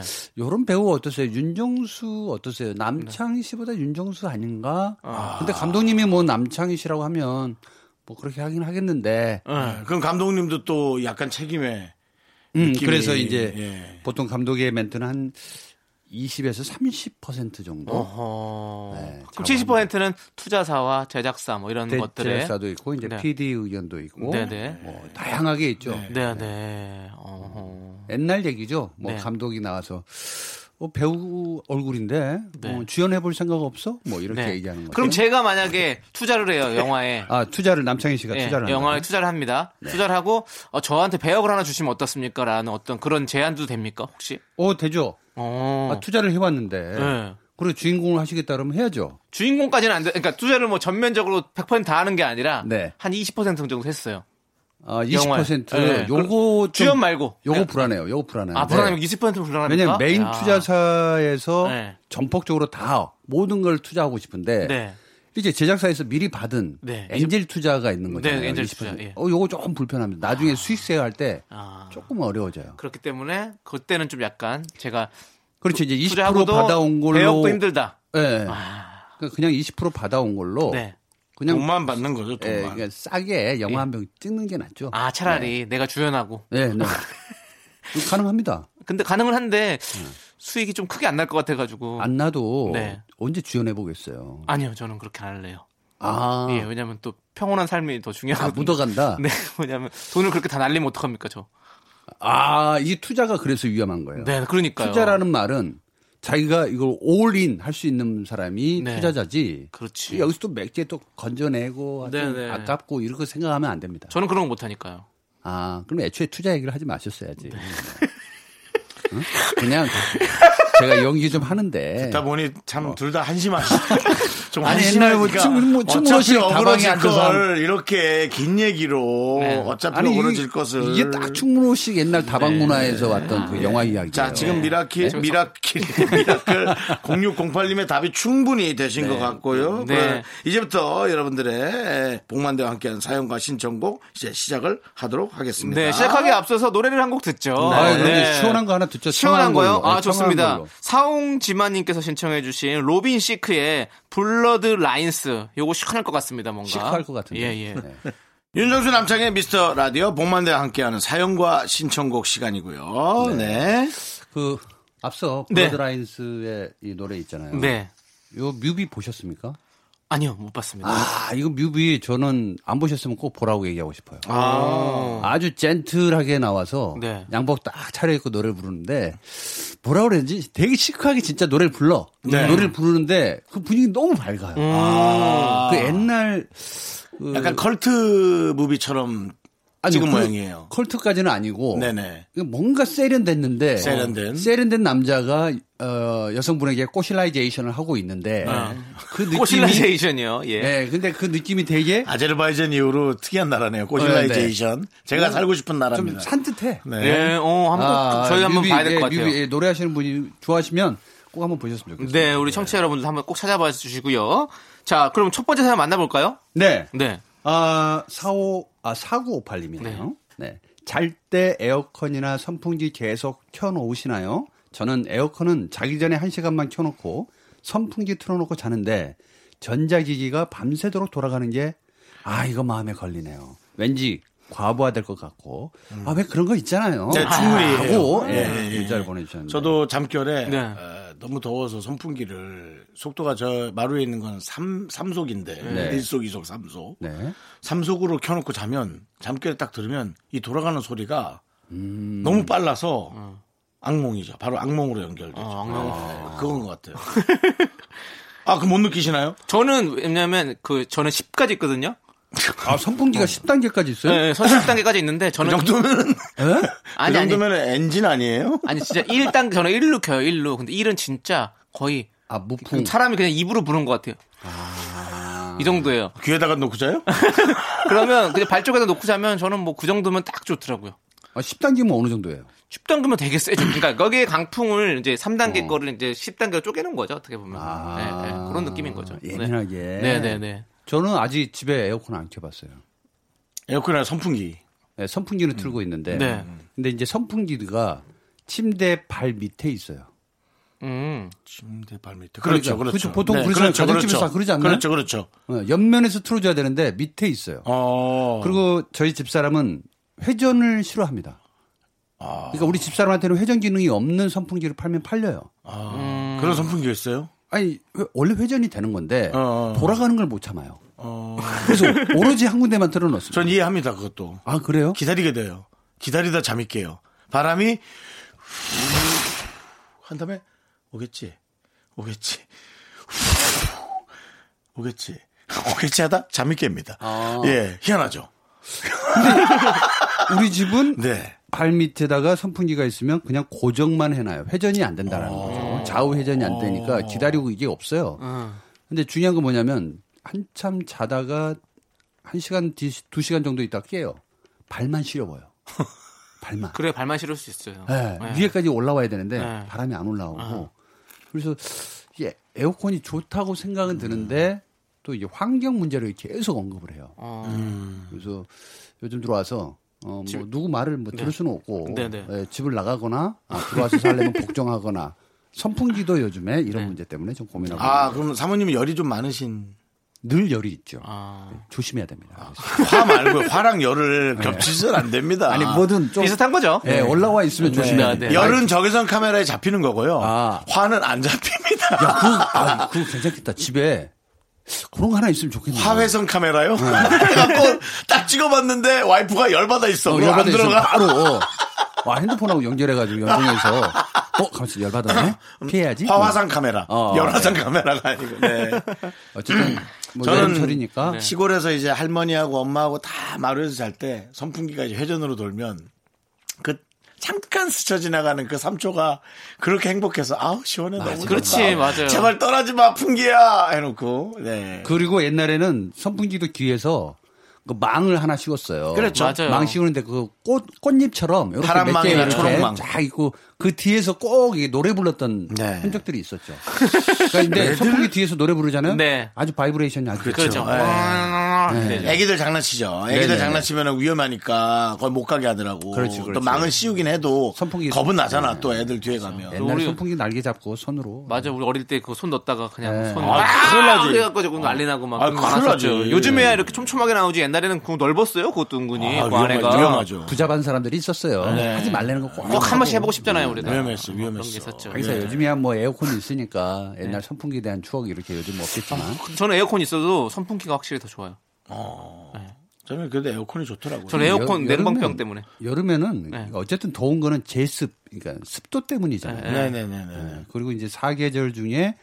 Speaker 2: 네.
Speaker 7: 요런 배우 어떠세요? 윤정수 어떠세요? 남창희 씨보다 윤정수 아닌가? 근데 감독님이 뭐 남창희 씨라고 하면 뭐 그렇게 하긴 하겠는데.
Speaker 1: 네, 그럼 감독님도 또 약간 책임에
Speaker 7: 음,
Speaker 1: 느낌이-
Speaker 7: 그래서 이제
Speaker 1: 예.
Speaker 7: 보통 감독의 멘트는 한 20에서 30% 정도.
Speaker 2: 어허.
Speaker 7: 네,
Speaker 2: 그럼 70%는 투자사와 제작사 뭐 이런 것들에.
Speaker 7: 대제사도 네, 있고 이제
Speaker 2: 네.
Speaker 7: PD 의견도 있고
Speaker 2: 네네.
Speaker 7: 뭐 다양하게 있죠.
Speaker 2: 네, 네. 어허.
Speaker 7: 옛날 얘기죠. 뭐
Speaker 2: 네.
Speaker 7: 감독이 나와서 어, 배우 얼굴인데
Speaker 2: 네.
Speaker 7: 어, 주연해 볼 생각 없어? 뭐 이렇게
Speaker 2: 네.
Speaker 7: 얘기하는 거죠.
Speaker 2: 그럼 제가 만약에 투자를 해요, 영화에.
Speaker 7: 아 투자를 남창희 씨가
Speaker 2: 예,
Speaker 7: 투자를 네.
Speaker 2: 영화에
Speaker 7: 한다.
Speaker 2: 투자를 합니다. 투자를 하고 어, 저한테 배역을 하나 주시면 어떻습니까? 라는 어떤 그런 제안도 됩니까 혹시?
Speaker 7: 어 되죠.
Speaker 2: 어.
Speaker 7: 아, 투자를 해봤는데
Speaker 2: 네.
Speaker 7: 그리고 주인공을 하시겠다 그러면 해야죠.
Speaker 2: 주인공까지는 안 돼. 그러니까 투자를 뭐 전면적으로 100%다 하는 게 아니라
Speaker 7: 네.
Speaker 2: 한 20% 정도 했어요.
Speaker 7: 아,
Speaker 2: 영화에.
Speaker 7: 20%
Speaker 2: 네.
Speaker 7: 요거 좀-
Speaker 2: 주연 말고.
Speaker 7: 요거
Speaker 2: 네.
Speaker 7: 불안해요. 요거 불안해요. 네.
Speaker 2: 아, 불안하면 20% 불안합니까?
Speaker 7: 왜냐면 메인
Speaker 2: 야.
Speaker 7: 투자사에서
Speaker 2: 네.
Speaker 7: 전폭적으로 다 모든 걸 투자하고 싶은데
Speaker 2: 네.
Speaker 7: 이제 제작사에서 미리 받은
Speaker 2: 네.
Speaker 7: 엔젤 투자가 있는 거잖아요.
Speaker 2: 네, 엔젤
Speaker 7: 20%.
Speaker 2: 투자, 예.
Speaker 7: 어, 요거 조금 불편합니다. 나중에 수익세 할 때
Speaker 2: 아.
Speaker 7: 조금 어려워져요.
Speaker 2: 그렇기 때문에 그때는 좀 약간 제가
Speaker 7: 그렇죠. 이제 20%
Speaker 2: 투자하고도
Speaker 7: 받아온 걸로
Speaker 2: 배역도 힘들다. 아.
Speaker 7: 예. 그러니까 그냥 20% 받아온 걸로
Speaker 2: 네.
Speaker 7: 어.
Speaker 2: 예.
Speaker 7: 그냥
Speaker 1: 돈만 받는 거죠,
Speaker 7: 예,
Speaker 1: 돈만.
Speaker 7: 그러니까 싸게 영화 한 병 찍는 게 낫죠.
Speaker 2: 아, 차라리 내가 주연하고.
Speaker 7: 네, 네. 이거 가능합니다.
Speaker 2: 근데 가능은 한데 수익이 좀 크게 안 날 것 같아 가지고.
Speaker 7: 음. 안 나도
Speaker 2: 어. 네.
Speaker 7: 언제 주연해 보겠어요.
Speaker 2: 아니요, 저는 그렇게 안 할래요.
Speaker 7: 아,
Speaker 2: 예, 왜냐면 또 평온한 삶이 더
Speaker 7: 아,
Speaker 2: 중요하고.
Speaker 7: 묻어간다.
Speaker 2: 네, 왜냐면 돈을 그렇게 다 날리면 어떡합니까, 저.
Speaker 7: 아, 이 투자가 그래서 위험한 거예요.
Speaker 2: 네, 그러니까요.
Speaker 7: 투자라는 말은 자기가 이걸 올인 할 수 있는 사람이
Speaker 2: 네.
Speaker 7: 투자자지.
Speaker 2: 그렇지.
Speaker 7: 여기서 또 맥주에 또 건져내고 하여튼
Speaker 2: 네네.
Speaker 7: 아깝고 이렇게 생각하면 안 됩니다.
Speaker 2: 저는 그런 거 못 하니까.
Speaker 7: 아, 그럼 애초에 투자 얘기를 하지 마셨어야지.
Speaker 2: 네.
Speaker 7: 응? 그냥 제가 연기 좀 하는데.
Speaker 1: 듣다 보니 참 둘 다 한심하시다. 좀
Speaker 7: 예. 뭐. 아니,
Speaker 1: 한심하니까
Speaker 7: 옛날 뭐 친구, 뭐 친구
Speaker 1: 어차피
Speaker 7: 없이 다방에
Speaker 1: 어그러질
Speaker 7: 앉아서
Speaker 1: 걸 이렇게 긴 얘기로
Speaker 2: 네.
Speaker 1: 어차피
Speaker 7: 아니,
Speaker 1: 어그러질
Speaker 7: 이-
Speaker 1: 것을
Speaker 7: 이게 딱 충무로 씨 옛날 다방
Speaker 2: 네.
Speaker 7: 문화에서 왔던 그 영화 이야기.
Speaker 1: 자, 지금 미라키,
Speaker 7: 네.
Speaker 1: 미라키, 미라클 0608님의 답이 충분히 되신 것 같고요.
Speaker 2: 네.
Speaker 1: 그럼 이제부터 여러분들의 복만대와 함께한 사연과 신청곡 이제 시작을 하도록 하겠습니다.
Speaker 2: 네, 시작하기에 앞서서 노래를 한 곡 듣죠.
Speaker 7: 아,
Speaker 2: 네.
Speaker 7: 그런데 시원한 거 하나 듣죠.
Speaker 2: 시원한 거요?
Speaker 7: 걸로.
Speaker 2: 아,
Speaker 7: 네, 청아한
Speaker 2: 좋습니다.
Speaker 7: 걸로.
Speaker 2: 사홍지만님께서 신청해주신 로빈 시크의 블러드 라인스. 요거 시원할 것 같습니다, 뭔가.
Speaker 7: 시크할 것 같은데.
Speaker 2: 예, 예.
Speaker 7: 네.
Speaker 1: 윤정수 남창의 미스터 라디오 복만대와 함께하는 사연과 신청곡 시간이고요. 네.
Speaker 7: 그 앞서
Speaker 2: 네.
Speaker 7: 블러드라인스의 이 노래 있잖아요.
Speaker 2: 네.
Speaker 7: 요 뮤비 보셨습니까?
Speaker 2: 아니요, 못 봤습니다.
Speaker 7: 아, 이거 뮤비 저는 안 보셨으면 꼭 보라고 얘기하고 싶어요. 아. 주 젠틀하게 나와서
Speaker 2: 네.
Speaker 7: 양복 딱 차려입고 노래를 부르는데 뭐라 그러는지 되게 시크하게 진짜 노래를 불러. 노래를 부르는데 그 분위기 너무 밝아요. 그 옛날 그
Speaker 1: 약간 컬트 무비처럼 찍은
Speaker 7: 그
Speaker 1: 모양이에요.
Speaker 7: 컬트까지는 아니고
Speaker 1: 네네.
Speaker 7: 그러니까 뭔가 세련됐는데
Speaker 1: 세련된.
Speaker 7: 세련된 남자가 어, 여성분에게 꼬실라이제이션을 하고 있는데 그 느낌이
Speaker 2: 꼬실라제이션이요, 예.
Speaker 7: 네, 근데 그 느낌이 되게
Speaker 1: 아제르바이잔 이후로 특이한 나라네요. 꼬실라이제이션. 제가 살고 싶은
Speaker 7: 네. 좀
Speaker 1: 나라입니다.
Speaker 7: 산뜻해.
Speaker 1: 네.
Speaker 2: 예, 어, 한번 저희 한번
Speaker 7: 뮤비,
Speaker 2: 봐야 될
Speaker 7: 예,
Speaker 2: 것 같아요.
Speaker 7: 뮤비, 예, 노래하시는 분이 좋아하시면 꼭 한번 보셨으면 좋겠어요.
Speaker 2: 네, 우리 청취자 여러분들 한번 꼭 찾아봐 주시고요. 자, 그럼 첫 번째 사연 만나볼까요?
Speaker 7: 네.
Speaker 2: 네.
Speaker 7: 아, 45, 아, 4958님이네요. 네. 잘 때 에어컨이나 선풍기 계속 켜놓으시나요? 저는 에어컨은 자기 전에 한시간만 켜놓고 선풍기 틀어놓고 자는데 전자기기가 밤새도록 돌아가는 게 아, 이거 마음에 걸리네요. 왠지 과부하될 것 같고. 아, 왜 그런 거 있잖아요.
Speaker 1: 네, 충분히 해요.
Speaker 7: 하고, 예,
Speaker 1: 예, 예.
Speaker 7: 문자를 보내주셨는데.
Speaker 1: 저도 잠결에
Speaker 2: 네.
Speaker 1: 어, 너무 더워서 선풍기를 속도가 저 마루에 있는 건 3, 삼속인데
Speaker 7: 네.
Speaker 1: 일 1속, 2속, 3속.
Speaker 7: 네.
Speaker 1: 삼속으로 켜놓고 자면 잠결에 딱 들으면 이 돌아가는 소리가 너무 빨라서 악몽이죠. 바로 악몽으로 연결되죠. 네, 그건 것 같아요. 아, 그 못 느끼시나요?
Speaker 2: 저는 왜냐면 그 저는 10까지 있거든요.
Speaker 7: 아, 선풍기가 10단계까지 있어요?
Speaker 2: 네, 선 10단계까지 있는데
Speaker 1: 그
Speaker 2: 저는 네?
Speaker 1: 정도면,
Speaker 7: 에?
Speaker 1: 그
Speaker 2: 아니 아니
Speaker 1: 정도면 엔진 아니에요?
Speaker 2: 아니 진짜 1단 저는 1로 켜요. 1로. 근데 1은 진짜 거의
Speaker 7: 아,
Speaker 2: 그
Speaker 7: 무풍.
Speaker 2: 사람이 그냥 입으로 부는 것 같아요. 이 정도예요.
Speaker 1: 귀에다가 놓고 자요?
Speaker 2: 그러면 그냥 발 쪽에다 놓고 자면 저는 뭐 그 정도면 딱 좋더라고요.
Speaker 7: 아, 10단계면 어느 정도예요?
Speaker 2: 10단계면 되게 세죠. 그러니까 거기에 강풍을 이제
Speaker 1: 어.
Speaker 2: 3단계 거를 이제 10단계로 쪼개는 거죠. 어떻게 보면.
Speaker 7: 아.
Speaker 2: 네, 네, 그런 느낌인 거죠. 네.
Speaker 7: 예민하게.
Speaker 2: 네, 네, 네.
Speaker 7: 저는 아직 집에 에어컨 안 켜봤어요.
Speaker 1: 에어컨이나 선풍기.
Speaker 7: 네, 선풍기는 틀고 있는데.
Speaker 2: 네.
Speaker 7: 근데 이제 선풍기가 침대 발 밑에 있어요.
Speaker 2: 음.
Speaker 1: 침대 발 밑에. 그렇죠,
Speaker 7: 그러니까,
Speaker 1: 그렇죠.
Speaker 7: 그렇죠. 보통 우리잖아요. 가정집에서 다 그러지 않나요?
Speaker 1: 그렇죠, 그렇죠.
Speaker 7: 어, 옆면에서 틀어줘야 되는데 밑에 있어요.
Speaker 1: 어.
Speaker 7: 그리고 저희 집사람은 회전을 싫어합니다.
Speaker 2: 아.
Speaker 7: 그러니까 우리 집사람한테는 회전 기능이 없는 선풍기를 팔면 팔려요.
Speaker 1: 아, 그런 선풍기였어요?
Speaker 7: 아니 회- 원래 회전이 되는 건데
Speaker 1: 어, 어.
Speaker 7: 돌아가는 걸 못 참아요.
Speaker 1: 어.
Speaker 7: 그래서 오로지 한 군데만 틀어놓습니다.
Speaker 1: 전 이해합니다, 그것도.
Speaker 7: 아 그래요?
Speaker 1: 기다리게 돼요. 기다리다 잠이 깨요. 바람이 한 다음에 오겠지, 오겠지, 오겠지, 오겠지 하다 잠이 깹니다. 예, 희한하죠.
Speaker 7: 우리 집은
Speaker 1: 네.
Speaker 7: 발 밑에다가 선풍기가 있으면 그냥 고정만 해놔요. 회전이 안
Speaker 1: 어.
Speaker 7: 된다라는 거죠. 좌우 회전이 안 되니까 기다리고 이게 없어요. 근데 중요한 건 뭐냐면 한참 자다가 한 시간 뒤, 두 시간 정도 있다 깨요. 발만 시려워요. 발만.
Speaker 2: 그래 발만 실을 수 있어요.
Speaker 7: 예,
Speaker 2: 네.
Speaker 7: 위에까지 올라와야 되는데
Speaker 2: 네.
Speaker 7: 바람이 안 올라오고 그래서 이 에어컨이 좋다고 생각은
Speaker 2: 음.
Speaker 7: 드는데 또 이제 환경 문제를 계속 언급을 해요.
Speaker 2: 어.
Speaker 7: 그래서 요즘 들어와서 어, 뭐 누구 말을 뭐 들을 수는 없고
Speaker 2: 네, 네.
Speaker 7: 예, 집을 나가거나 아, 들어와서 살려면 복종하거나 선풍기도 요즘에 이런
Speaker 2: 네.
Speaker 7: 문제 때문에 좀 고민하고
Speaker 1: 아, 그럼 사모님이 열이 좀 많으신.
Speaker 7: 늘 열이 있죠.
Speaker 2: 아.
Speaker 7: 조심해야 됩니다. 그래서.
Speaker 1: 화 말고 화랑 열을 겹치선 안 됩니다.
Speaker 7: 아니 뭐든 좀
Speaker 2: 비슷한 거죠.
Speaker 7: 예, 올라와 있으면 조심해야
Speaker 2: 네.
Speaker 7: 돼.
Speaker 1: 열은 적외선 카메라에 잡히는 거고요.
Speaker 7: 아.
Speaker 1: 화는 안 잡힙니다.
Speaker 7: 야, 그거, 아, 그거 괜찮겠다. 집에 그런 거 하나 있으면 좋겠네.
Speaker 1: 화회선 카메라요? 그래갖고 딱 찍어봤는데 와이프가 열받아 있어.
Speaker 7: 어,
Speaker 1: 그럼 안
Speaker 7: 열받아 있으면
Speaker 1: 들어가.
Speaker 7: 바로 와 핸드폰하고 연결해가지고 연동해서 어 가만있어 열받았네 피해야지
Speaker 1: 음, 아, 화화상 카메라,
Speaker 7: 어,
Speaker 1: 열화상 카메라가 아니고. 네.
Speaker 7: 어쨌든
Speaker 1: 음.
Speaker 7: 뭐
Speaker 1: 저는- 네.
Speaker 7: 여름철이니까
Speaker 1: 시골에서 이제 할머니하고 엄마하고 다 마루에서 잘 때 선풍기가 이제 회전으로 돌면 그 잠깐 스쳐 지나가는 그 3초가 그렇게 행복해서 아우 시원해 너무
Speaker 2: 그렇지,
Speaker 1: 좋다.
Speaker 2: 맞아요.
Speaker 1: 제발 떠나지 마 풍기야 해놓고 네.
Speaker 7: 그리고 옛날에는 선풍기도 귀에서 그 망을 하나 씌웠어요.
Speaker 2: 그렇죠. 맞아요.
Speaker 7: 망 씌우는데 그 꽃 꽃잎처럼 이렇게
Speaker 1: 파란
Speaker 7: 몇개
Speaker 1: 망이나
Speaker 7: 이렇게
Speaker 1: 초록망.
Speaker 7: 쫙 있고 그 뒤에서 꼭 이게 노래 불렀던
Speaker 1: 네.
Speaker 7: 흔적들이 있었죠. 그러니까 근데 선풍기 뒤에서 노래 부르잖아요.
Speaker 2: 네.
Speaker 7: 아주 바이브레이션이 아주
Speaker 1: 그렇죠.
Speaker 2: 그렇죠.
Speaker 1: 네.
Speaker 2: 네.
Speaker 1: 애기들 장난치죠. 애기들
Speaker 7: 네네네.
Speaker 1: 장난치면 위험하니까 거의 못 가게 하더라고.
Speaker 7: 그렇지,
Speaker 1: 또
Speaker 7: 그렇지.
Speaker 1: 망은 씌우긴 해도
Speaker 7: 선풍기
Speaker 1: 겁은 나잖아.
Speaker 7: 네.
Speaker 1: 또 애들 뒤에 가면.
Speaker 7: 옛날
Speaker 2: 우리-
Speaker 7: 선풍기 날개 잡고 손으로
Speaker 2: 맞아, 우리 어릴 때 그 손 넣었다가 그냥
Speaker 7: 네.
Speaker 2: 손.
Speaker 1: 아, 큰일 나지.
Speaker 2: 그래갖고 조금 난리 나고 막.
Speaker 1: 아,
Speaker 2: 그런 거
Speaker 1: 큰일 나지.
Speaker 2: 많았었죠. 요즘에야 이렇게 촘촘하게 나오지 옛날에는 그거 넓었어요, 그것도 은근히.
Speaker 1: 아,
Speaker 2: 그 안에가.
Speaker 1: 위험하죠.
Speaker 7: 부잡한 사람들이 있었어요.
Speaker 1: 네.
Speaker 7: 하지 말라는
Speaker 2: 꼭
Speaker 7: 거꼭한
Speaker 2: 한 번씩 해보고 싶잖아요, 우리도.
Speaker 1: 위험했어,
Speaker 2: 그런 게
Speaker 1: 위험했어.
Speaker 2: 있었죠.
Speaker 7: 그래서 요즘이야 뭐 에어컨이 있으니까 옛날 선풍기에 대한 추억이 이렇게 요즘 뭐 없겠지만
Speaker 2: 네. 저는 에어컨 있어도 선풍기가 확실히 더 좋아요.
Speaker 1: 저는 그래도 에어컨이 좋더라고요.
Speaker 2: 저는 에어컨
Speaker 7: 여름-
Speaker 2: 냉방병
Speaker 7: 여름엔-
Speaker 2: 때문에.
Speaker 7: 여름에는
Speaker 2: 네.
Speaker 7: 어쨌든 더운 거는 제습, 그러니까 습도 때문이잖아요.
Speaker 1: 네네네네.
Speaker 7: 네. 그리고 이제 사계절 중에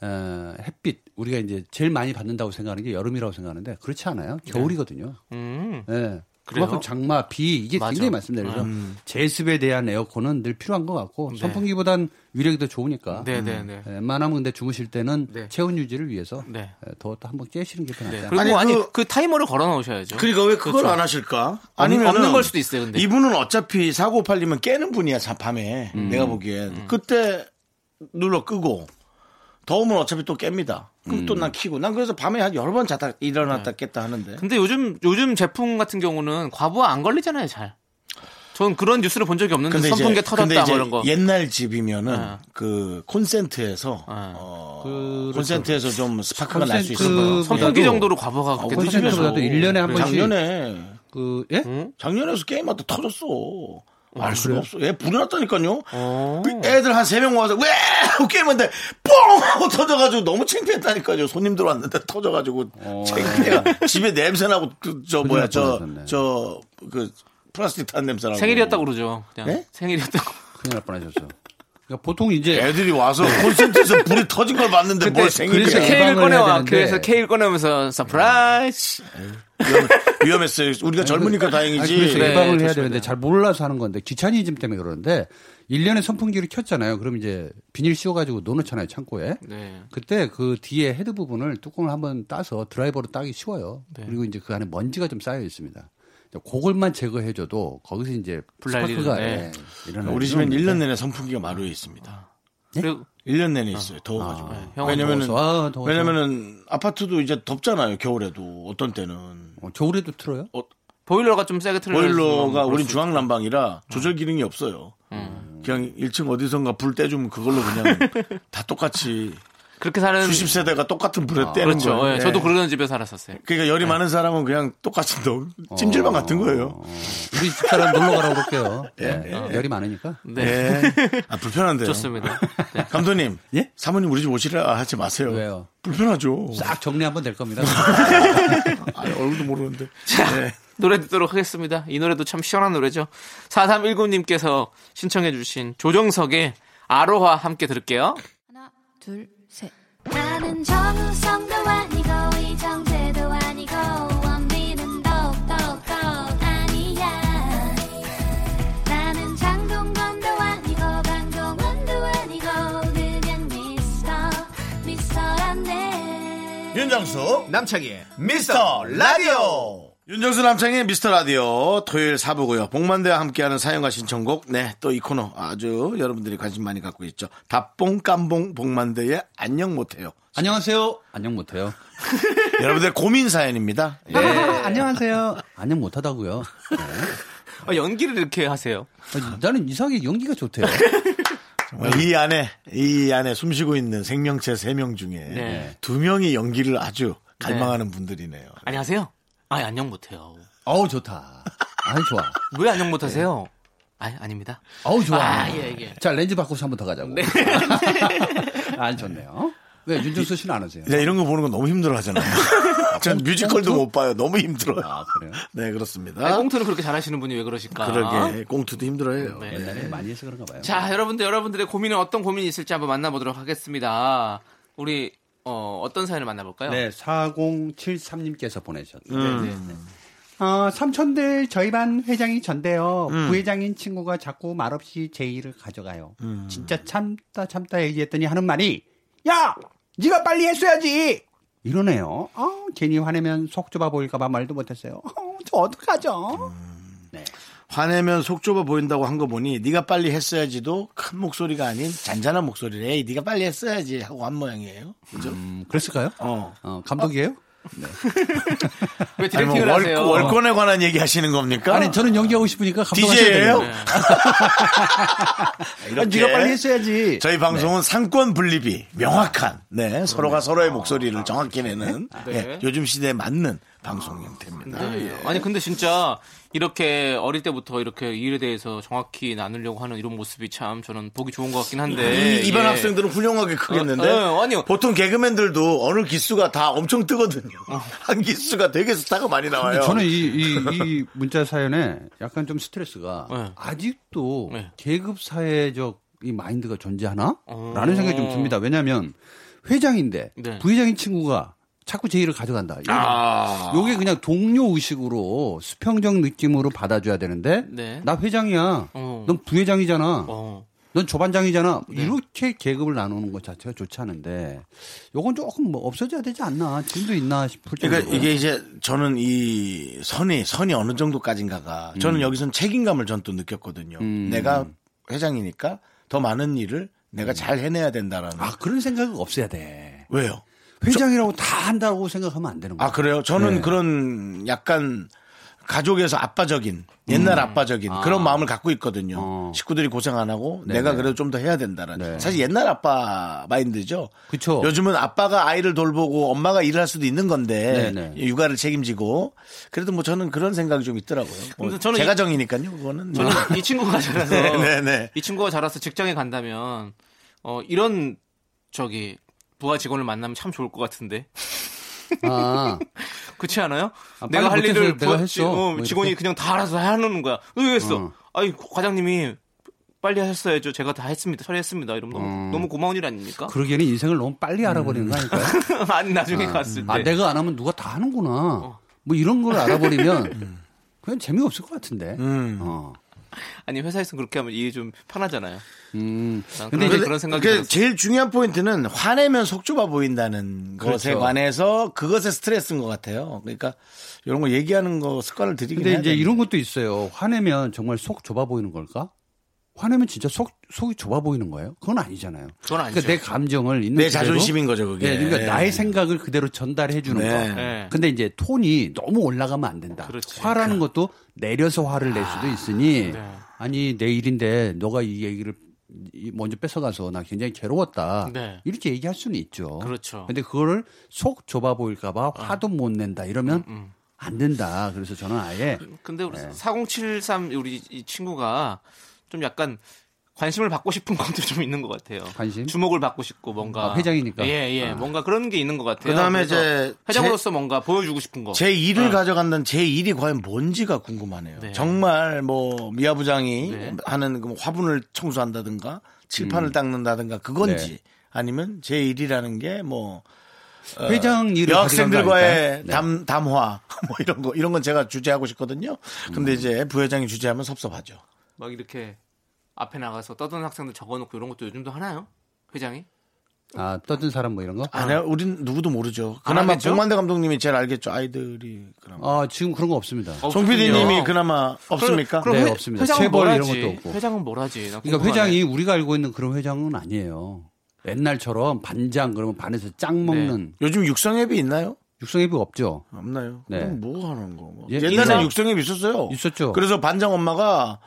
Speaker 7: 어, 햇빛 우리가 이제 제일 많이 받는다고 생각하는 게 여름이라고 생각하는데 그렇지 않아요. 겨울이거든요.
Speaker 2: 네. 음.
Speaker 7: 네.
Speaker 2: 그래요?
Speaker 7: 그만큼 장마, 비 이게
Speaker 2: 맞아. 음.
Speaker 7: 굉장히 많습니다. 그래서 제습에 대한 에어컨은 늘 필요한 것 같고 선풍기보단 위력이 더 좋으니까.
Speaker 2: 네. 네네네.
Speaker 7: 예, 웬만하면 근데 주무실 때는
Speaker 2: 네.
Speaker 7: 체온 유지를 위해서
Speaker 2: 네.
Speaker 7: 예, 더웠다 한번 깨시는 게 더 낫지
Speaker 2: 네.
Speaker 7: 않나요?
Speaker 2: 그리고
Speaker 1: 아니,
Speaker 2: 아니, 그,
Speaker 1: 그-
Speaker 2: 타이머를 걸어 놓으셔야죠.
Speaker 1: 그러니까 왜 그걸 안 하실까?
Speaker 2: 없는-
Speaker 1: 아니면
Speaker 2: 없는 걸 수도 있어요, 근데.
Speaker 1: 이분은 어차피 사고 팔리면 깨는 분이야, 자, 밤에.
Speaker 7: 음.
Speaker 1: 내가 보기엔. 그때 눌러 끄고 더우면 어차피 또 깹니다. 그럼
Speaker 7: 음.
Speaker 1: 또 난 키고. 난 그래서 밤에 한 여러 번 자다 일어났다
Speaker 7: 네.
Speaker 1: 깼다 하는데.
Speaker 2: 근데 요즘 요즘 제품 같은 경우는 과부하 안 걸리잖아요, 잘. 전 그런 뉴스를 본 적이 없는데
Speaker 1: 근데
Speaker 2: 선풍기
Speaker 1: 이제- 근데
Speaker 2: 터졌다
Speaker 1: 이제
Speaker 2: 뭐 이런 거.
Speaker 1: 옛날 집이면은
Speaker 2: 네.
Speaker 1: 그 콘센트에서 어, 콘센트에서 좀 스파크가 날 수
Speaker 7: 콘센트-
Speaker 1: 있어요.
Speaker 2: 그렇죠. 선풍기
Speaker 7: 보다도- 어,
Speaker 2: 정도로 뭐 과부하가 그렇게
Speaker 7: 콘센트보다도
Speaker 2: 터지면서.
Speaker 7: 1년에 한
Speaker 2: 그래요.
Speaker 7: 번씩
Speaker 1: 작년에
Speaker 7: 그 예?
Speaker 1: 작년에서 게임하다 터졌어.
Speaker 2: 아,
Speaker 1: 알 수가 없어. 애 불이 났다니까요.
Speaker 2: 어.
Speaker 1: 그 애들 한 세 명 모아서 왜 하고 게임한데 뽕 하고 터져가지고 너무 창피했다니까요. 손님들 왔는데 터져가지고
Speaker 2: 어.
Speaker 1: 창피해. 집에 냄새 나고 그, 저 뭐야 저
Speaker 7: 났네.
Speaker 1: 저 그 플라스틱 탄 냄새 나고.
Speaker 2: 생일이었다고 어. 그러죠. 그냥
Speaker 1: 네?
Speaker 2: 생일이었다고.
Speaker 7: 큰일 날 뻔하셨어. 그러니까 보통
Speaker 2: 네.
Speaker 7: 이제
Speaker 1: 애들이 와서 콘센트에서 불이 터진 걸 봤는데 뭘
Speaker 7: 그래서
Speaker 1: 생일이야.
Speaker 7: 케이크-
Speaker 2: 케이크를
Speaker 7: 예방을 해야
Speaker 2: 꺼내와.
Speaker 7: 되는데.
Speaker 2: 그래서 케이크를 꺼내면서 서프라이즈.
Speaker 1: 위험- 위험했어요. 우리가 아, 젊으니까
Speaker 7: 아니, 그렇죠. 그래서
Speaker 1: 다행이지.
Speaker 2: 네,
Speaker 7: 예방을 해야
Speaker 2: 좋습니다.
Speaker 7: 되는데 잘 몰라서 하는 건데 귀차니즘 때문에 그러는데 1년에 선풍기를 켰잖아요. 그럼 이제 비닐 씌워가지고 놓놓잖아요 창고에.
Speaker 2: 네.
Speaker 7: 그때 그 뒤에 헤드 부분을 뚜껑을 한번 따서 드라이버로 따기 쉬워요. 그리고 이제 그 안에 먼지가 좀 쌓여 있습니다. 그걸만 제거해줘도 거기서 이제
Speaker 2: 불날 일은,
Speaker 7: 스파크가
Speaker 2: 네.
Speaker 7: 예, 일어나는
Speaker 1: 우리 집엔
Speaker 7: 그런
Speaker 1: 1년 내내 선풍기가 마루에 있습니다.
Speaker 2: 그리고
Speaker 1: 1년 내내 있어요. 더워가지고.
Speaker 2: 형은
Speaker 1: 왜냐면은,
Speaker 7: 더워서, 아, 더워서.
Speaker 1: 왜냐면은 아파트도 이제 덥잖아요. 겨울에도. 어떤 때는.
Speaker 7: 어, 겨울에도 틀어요?
Speaker 2: 보일러가 좀 세게 뭐 틀려.
Speaker 1: 보일러가 우린 중앙난방이라 조절 기능이 없어요. 그냥 1층 어디선가 불 떼주면 그걸로 그냥 다 똑같이
Speaker 2: 그렇게 사는.
Speaker 1: 수십 세대가 똑같은 불에 떼는
Speaker 2: 음. 그렇죠.
Speaker 1: 거예요.
Speaker 2: 예, 저도 그런 집에 살았었어요.
Speaker 1: 그러니까 열이 많은 사람은 그냥 똑같이 너 찜질방 같은 거예요.
Speaker 7: 우리 집사람 놀러 가라고 그럴게요.
Speaker 1: 네.
Speaker 7: 예, 열이 많으니까.
Speaker 2: 네.
Speaker 1: 예. 아 불편한데요.
Speaker 2: 좋습니다. 네.
Speaker 1: 감독님,
Speaker 7: 예?
Speaker 1: 사모님 우리 집 오시라 하지 마세요.
Speaker 7: 왜요?
Speaker 1: 불편하죠.
Speaker 7: 싹 정리 한번 될 겁니다.
Speaker 1: 아, 얼굴도 모르는데. 네.
Speaker 2: 노래 듣도록 하겠습니다. 이 노래도 참 시원한 노래죠. 4319님께서 신청해주신 조정석의 아로하 함께 들을게요.
Speaker 8: 나는 정우성도 아니고 이정재도 아니고 원빈은 더욱더 아니야 나는 장동건도 아니고 강동원도 아니고 그냥 미스터 미스터란데
Speaker 1: 윤정수 남창희의 미스터 라디오 윤정수 남창희의 미스터 라디오 토요일 사부고요 복만대와 함께하는 사연과 신청곡 네 또 이 코너 아주 여러분들이 관심 많이 갖고 있죠 답봉 깜봉 복만대의 안녕 못해요
Speaker 7: 안녕하세요. 안녕 못해요.
Speaker 1: 여러분들의 고민 사연입니다 예.
Speaker 7: 안녕하세요. 안녕 못하다고요.
Speaker 2: 아, 연기를 이렇게 하세요.
Speaker 7: 아니, 나는 이상하게 연기가 좋대요.
Speaker 1: 정말 이 안에 이 안에 숨쉬고 있는 생명체 세 명 중에
Speaker 2: 네.
Speaker 1: 두명이 연기를 아주 갈망하는 분들이네요
Speaker 2: 안녕하세요. 아, 안녕 못해요.
Speaker 7: 어우 좋다. 아이 좋아.
Speaker 2: 왜 안녕 못하세요? 아, 아닙니다.
Speaker 7: 어우 좋아.
Speaker 2: 아, 예, 네. 예.
Speaker 7: 자 렌즈 바꿔서 한번 더 가자고. 아 좋네요. 왜 윤준수 씨는 안 오세요?
Speaker 1: 네, 이런 거 보는 거 너무 힘들어 하잖아요 전 뮤지컬도 못 봐요 너무 힘들어요
Speaker 7: 아 그래요?
Speaker 1: 네 그렇습니다
Speaker 2: 아니, 꽁트는 그렇게 잘하시는 분이 왜 그러실까?
Speaker 7: 아.
Speaker 1: 그러게 꽁투도 힘들어요
Speaker 2: 네.
Speaker 7: 옛날에 많이 해서 그런가 봐요.
Speaker 2: 자, 여러분들, 여러분들의 고민은 어떤 고민이 있을지 한번 만나보도록 하겠습니다. 우리, 어, 어떤 사연을 만나볼까요?
Speaker 7: 네, 4073님께서
Speaker 1: 음.
Speaker 7: 보내셨는데
Speaker 2: 네, 네.
Speaker 7: 어, 삼촌들 저희 반 회장이 전데요.
Speaker 1: 음.
Speaker 7: 부회장인 친구가 자꾸 말없이 제 일을 가져가요.
Speaker 1: 음.
Speaker 7: 진짜 참다 참다 얘기했더니 하는 말이 야, 네가 빨리 했어야지. 이러네요. 어, 괜히 화내면 속 좁아 보일까봐 말도 못했어요. 어, 저 어떡하죠?
Speaker 1: 음. 화내면 속 좁아 보인다고 한 거 보니 네가 빨리 했어야지도 큰 목소리가 아닌 잔잔한 목소리를 에이 네가 빨리 했어야지 하고 한 모양이에요. 그죠?
Speaker 7: 그랬을까요?
Speaker 1: 어.
Speaker 7: 감독이에요?
Speaker 2: 왜
Speaker 1: 아니, 뭐
Speaker 2: 디렉팅을
Speaker 1: 월,
Speaker 2: 하세요?
Speaker 1: 월권에 관한 얘기 하시는 겁니까?
Speaker 7: 아니, 저는 연기하고 싶으니까
Speaker 1: DJ예요? 네.
Speaker 7: 감독하셔야
Speaker 1: 이렇게
Speaker 7: 네가 빨리 했어야지. 네.
Speaker 1: 저희 방송은 상권 분립이 명확한 네, 서로가 서로의 목소리를 정확히 내는
Speaker 7: 네.
Speaker 1: 예, 요즘 시대에 맞는 방송 형태입니다.
Speaker 2: 네. 아니 근데 진짜 이렇게 어릴 때부터 이렇게 일에 대해서 정확히 나누려고 하는 이런 모습이 참 저는 보기 좋은 것 같긴 한데
Speaker 1: 이, 이반
Speaker 2: 예.
Speaker 1: 학생들은 훌륭하게 크겠는데
Speaker 2: 어, 어, 아니요.
Speaker 1: 보통 개그맨들도 어느 기수가 다 엄청 뜨거든요. 한 기수가 되게 스타가 많이 나와요.
Speaker 7: 저는 이, 이, 이 문자 사연에 약간 좀 스트레스가
Speaker 2: 네.
Speaker 7: 아직도
Speaker 2: 네.
Speaker 7: 계급 사회적 이 마인드가 존재하나?
Speaker 2: 어.
Speaker 7: 라는 생각이 좀 듭니다. 왜냐하면 회장인데
Speaker 2: 네. 아.
Speaker 7: 부회장인 친구가 자꾸 제 일을 가져간다. 이게, 요게 그냥 동료 의식으로 수평적 느낌으로 받아줘야 되는데
Speaker 2: 네.
Speaker 7: 나 회장이야.
Speaker 2: 어.
Speaker 7: 넌 부회장이잖아.
Speaker 2: 어. 네.
Speaker 7: 넌 조반장이잖아. 이렇게 계급을 나누는 것 자체가 좋지 않은데 요건 조금 뭐 없어져야 되지 않나. 지금도 있나 싶을 정도로.
Speaker 1: 그러니까 이게 이제 저는 이 선이 선이 어느 정도까지인가가 저는 여기선 책임감을 전 또 느꼈거든요. 내가 회장이니까 더 많은 일을 내가 잘 해내야 된다라는.
Speaker 7: 아 그런 생각은 없어야 돼.
Speaker 1: 왜요?
Speaker 7: 회장이라고 다 한다고 생각하면 안 되는 거예요.
Speaker 1: 아 그래요? 저는 그런 약간 가족에서 아빠적인 옛날 아빠적인 그런 마음을 갖고 있거든요.
Speaker 7: 어.
Speaker 1: 식구들이 고생 안 하고 내가 그래도 좀 더 해야 된다는. 사실 옛날 아빠 마인드죠.
Speaker 7: 그쵸.
Speaker 1: 요즘은 아빠가 아이를 돌보고 엄마가 일을 할 수도 있는 건데
Speaker 7: 네네.
Speaker 1: 육아를 책임지고 그래도 뭐 저는 그런 생각이 좀 있더라고요. 뭐
Speaker 2: 근데 저는
Speaker 1: 제가
Speaker 2: 이-
Speaker 1: 정이니까요. 그거는 뭐.
Speaker 2: 저는 이 친구가 자라서
Speaker 1: 네, 네, 네.
Speaker 2: 이 친구가 자라서 직장에 간다면 어 이런 저기 부하 직원을 만나면 참 좋을 것 같은데
Speaker 7: 아,
Speaker 2: 그렇지 않아요?
Speaker 7: 아, 빨리
Speaker 2: 내가 할
Speaker 7: 못해서
Speaker 2: 일을
Speaker 7: 내가
Speaker 2: 부하-
Speaker 7: 했어.
Speaker 2: 어,
Speaker 7: 뭐 어.
Speaker 2: 직원이
Speaker 7: 이렇게.
Speaker 2: 그냥 다 알아서 해놓는 거야. 왜 했어?
Speaker 7: 어.
Speaker 2: 아이 과장님이 빨리 하셨어야죠. 제가 다 했습니다. 처리했습니다. 이러면 너무,
Speaker 7: 어.
Speaker 2: 너무 고마운 일 아닙니까?
Speaker 7: 그러기에는 인생을 너무 빨리 알아버리는 거 아닐까요?
Speaker 2: 아니 나중에 갔을 때.
Speaker 7: 그- 아, 내가 안 하면 누가 다 하는구나. 뭐 이런 걸 알아버리면 그냥 재미없을 것 같은데. 어.
Speaker 2: 아니 회사에서 그렇게 하면 이해 좀 편하잖아요.
Speaker 7: 음.
Speaker 2: 난 근데
Speaker 7: 근데 이제
Speaker 2: 그런, 그런 생각이
Speaker 1: 그
Speaker 2: 들었어요.
Speaker 1: 제일 중요한 포인트는 화내면 속 좁아 보인다는 것에
Speaker 7: 그렇죠.
Speaker 1: 관해서 그것에 스트레스인 것 같아요. 그러니까 이런 거 얘기하는 거 습관을 들이긴
Speaker 7: 근데
Speaker 1: 해야
Speaker 7: 이제
Speaker 1: 되는데.
Speaker 7: 이런 것도 있어요. 화내면 정말 속 좁아 보이는 걸까? 화내면 진짜 속 속이 좁아 보이는 거예요? 그건 아니잖아요.
Speaker 2: 그건 아니죠.
Speaker 7: 그러니까 내 감정을 있는
Speaker 1: 내
Speaker 7: 그대로-
Speaker 1: 자존심인 거죠, 그게.
Speaker 7: 예, 그러니까
Speaker 1: 예.
Speaker 7: 나의 생각을 그대로 전달해 주는
Speaker 1: 네.
Speaker 7: 거.
Speaker 2: 예.
Speaker 7: 근데 이제 톤이 너무 올라가면 안
Speaker 2: 그렇지.
Speaker 7: 된다.
Speaker 2: 아, 그렇죠. 네.
Speaker 7: 화라는 것도 내려서 화를 낼 수도 있으니 아니 내 일인데 너가 이 얘기를 이- 먼저 뺏어가서 나 굉장히 괴로웠다.
Speaker 2: 네.
Speaker 7: 이렇게 얘기할 수는 있죠.
Speaker 2: 그렇죠. 어.
Speaker 7: 근데 그거를 속 좁아 보일까봐 화도 못 낸다 이러면
Speaker 2: 음,
Speaker 7: 안 된다. 그래서 저는 아예
Speaker 2: 근데 우리
Speaker 7: 네.
Speaker 2: 4073 우리 이 친구가 좀 약간 관심을 받고 싶은 것도 좀 있는 것 같아요.
Speaker 7: 관심?
Speaker 2: 주목을 받고 싶고 뭔가
Speaker 7: 아, 회장이니까.
Speaker 2: 예, 예. 뭔가 그런 게 있는 것 같아요.
Speaker 1: 그다음에
Speaker 2: 그래서
Speaker 1: 이제
Speaker 2: 회장으로서 뭔가 보여주고 싶은 거.
Speaker 1: 제
Speaker 7: 아.
Speaker 1: 일을 가져간다는 제 일이 과연 뭔지가 궁금하네요.
Speaker 2: 네.
Speaker 1: 정말 뭐 미아 부장이
Speaker 2: 네.
Speaker 1: 하는 그뭐 화분을 청소한다든가 칠판을 닦는다든가 그건지
Speaker 7: 음. 네.
Speaker 1: 아니면 제 일이라는 게뭐
Speaker 2: 어,
Speaker 7: 회장 일을
Speaker 1: 여학생들과의
Speaker 7: 가져간 거 아닐까요? 네.
Speaker 1: 담 담화 뭐 이런 거 이런 건 제가 주재하고 싶거든요. 근데 이제 부회장이 주재하면 섭섭하죠.
Speaker 2: 막 이렇게 앞에 나가서 떠드는 학생들 적어놓고 이런 것도 요즘도 하나요? 회장이?
Speaker 7: 아 떠든 사람 뭐 이런 거?
Speaker 1: 안 해요. 네, 우린 누구도 모르죠. 그나마
Speaker 2: 알겠죠?
Speaker 1: 봉만대 감독님이 제일 알겠죠. 아이들이 그나마.
Speaker 7: 아 지금 그런 거 없습니다.
Speaker 1: 송 PD님이 그나마
Speaker 2: 그럼-
Speaker 1: 없습니까?
Speaker 2: 어, 그럼
Speaker 7: 네,
Speaker 2: 네, 회-
Speaker 7: 없습니다.
Speaker 2: 회장은
Speaker 7: 체벌
Speaker 2: 뭘
Speaker 7: 이런
Speaker 2: 하지?
Speaker 7: 것도 없고.
Speaker 2: 회장은 뭘 하지? 나
Speaker 7: 그러니까
Speaker 2: 궁금하네.
Speaker 7: 회장이 우리가 알고 있는 그런 회장은 아니에요. 옛날처럼 반장 그러면 반에서 짱 먹는
Speaker 1: 네. 요즘 육성 앱이 있나요?
Speaker 7: 육성회비 없죠.
Speaker 1: 없나요?
Speaker 7: 네.
Speaker 1: 그럼 뭐 하는 거? 뭐.
Speaker 7: 예,
Speaker 1: 옛날에
Speaker 7: 인사-
Speaker 1: 육성앱 있었어요.
Speaker 7: 있었죠.
Speaker 1: 뭐, 그래서 반장 엄마가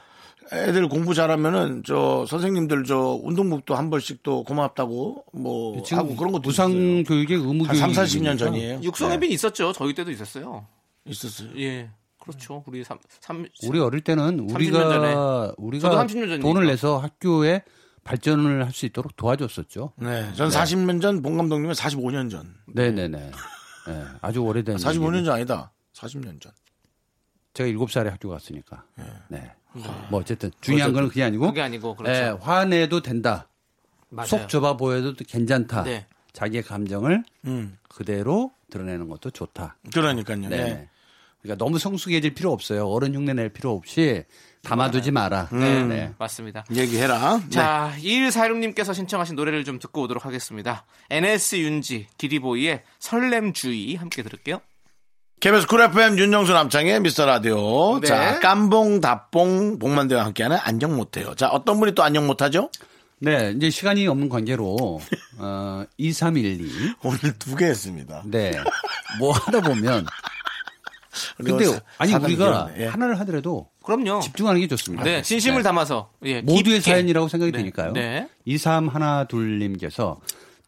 Speaker 1: 애들 공부 잘하면은 저 선생님들 저 운동복도 한 벌씩 또 고맙다고 뭐 하고 그런 것도
Speaker 7: 무상
Speaker 1: 있었어요.
Speaker 7: 교육의 의무
Speaker 1: 한
Speaker 7: 교육
Speaker 1: 3, 40년 전이에요.
Speaker 7: 네.
Speaker 2: 육성혜빈 있었죠. 저희 때도 있었어요.
Speaker 1: 있었어요.
Speaker 2: 예. 그렇죠. 우리 삼, 삼,
Speaker 7: 우리 어릴 때는
Speaker 2: 30년
Speaker 7: 우리가
Speaker 2: 전에. 저도
Speaker 7: 우리가
Speaker 2: 30년 전이니까.
Speaker 7: 돈을 내서 학교에 발전을 할 수 있도록 도와줬었죠.
Speaker 1: 네. 전 40년 전, 봉 감독님은 45년 전.
Speaker 7: 네네네. 네, 아주 오래된
Speaker 1: 45년
Speaker 7: 얘기는
Speaker 1: 전 아니다. 40년 전.
Speaker 7: 제가 7살에 학교 갔으니까. 네. 뭐 어쨌든 중요한 건 그게 아니고
Speaker 2: 그게 아니고, 그렇죠.
Speaker 7: 네, 화내도 된다.
Speaker 2: 맞아요.
Speaker 7: 속 좁아 보여도 괜찮다.
Speaker 2: 네.
Speaker 7: 자기의 감정을
Speaker 1: 음.
Speaker 7: 그대로 드러내는 것도 좋다.
Speaker 1: 그러니까요.
Speaker 7: 네.
Speaker 1: 네.
Speaker 7: 그러니까 너무 성숙해질 필요 없어요. 어른 흉내 낼 필요 없이 담아두지 마라.
Speaker 2: 네,
Speaker 7: 네.
Speaker 2: 맞습니다.
Speaker 1: 예. 얘기해라. 네.
Speaker 2: 자, 2146님께서 신청하신 노래를 좀 듣고 오도록 하겠습니다. NS 윤지, 기리보이의 설렘주의 함께 들을게요.
Speaker 1: KBS 쿨 FM 윤정수 남창의 미스터 라디오.
Speaker 2: 네.
Speaker 1: 자, 깜봉, 답봉, 복만대와 함께하는 안녕 못해요. 자, 어떤 분이 또 안녕 못하죠?
Speaker 7: 네, 이제 시간이 없는 관계로 어, 2312.
Speaker 1: 오늘 두 개 했습니다.
Speaker 7: 네. 뭐 하다 보면 근데
Speaker 1: 그리고 사-
Speaker 7: 아니
Speaker 1: 사단이
Speaker 7: 우리가
Speaker 1: 길었네. 예.
Speaker 7: 하나를 하더라도
Speaker 2: 그럼요.
Speaker 7: 집중하는 게 좋습니다.
Speaker 2: 네, 진심을
Speaker 7: 네.
Speaker 2: 담아서. 예,
Speaker 7: 모두의
Speaker 2: 깊게.
Speaker 7: 사연이라고 생각이
Speaker 2: 네,
Speaker 7: 되니까요.
Speaker 2: 네.
Speaker 7: 23 하나 둘님께서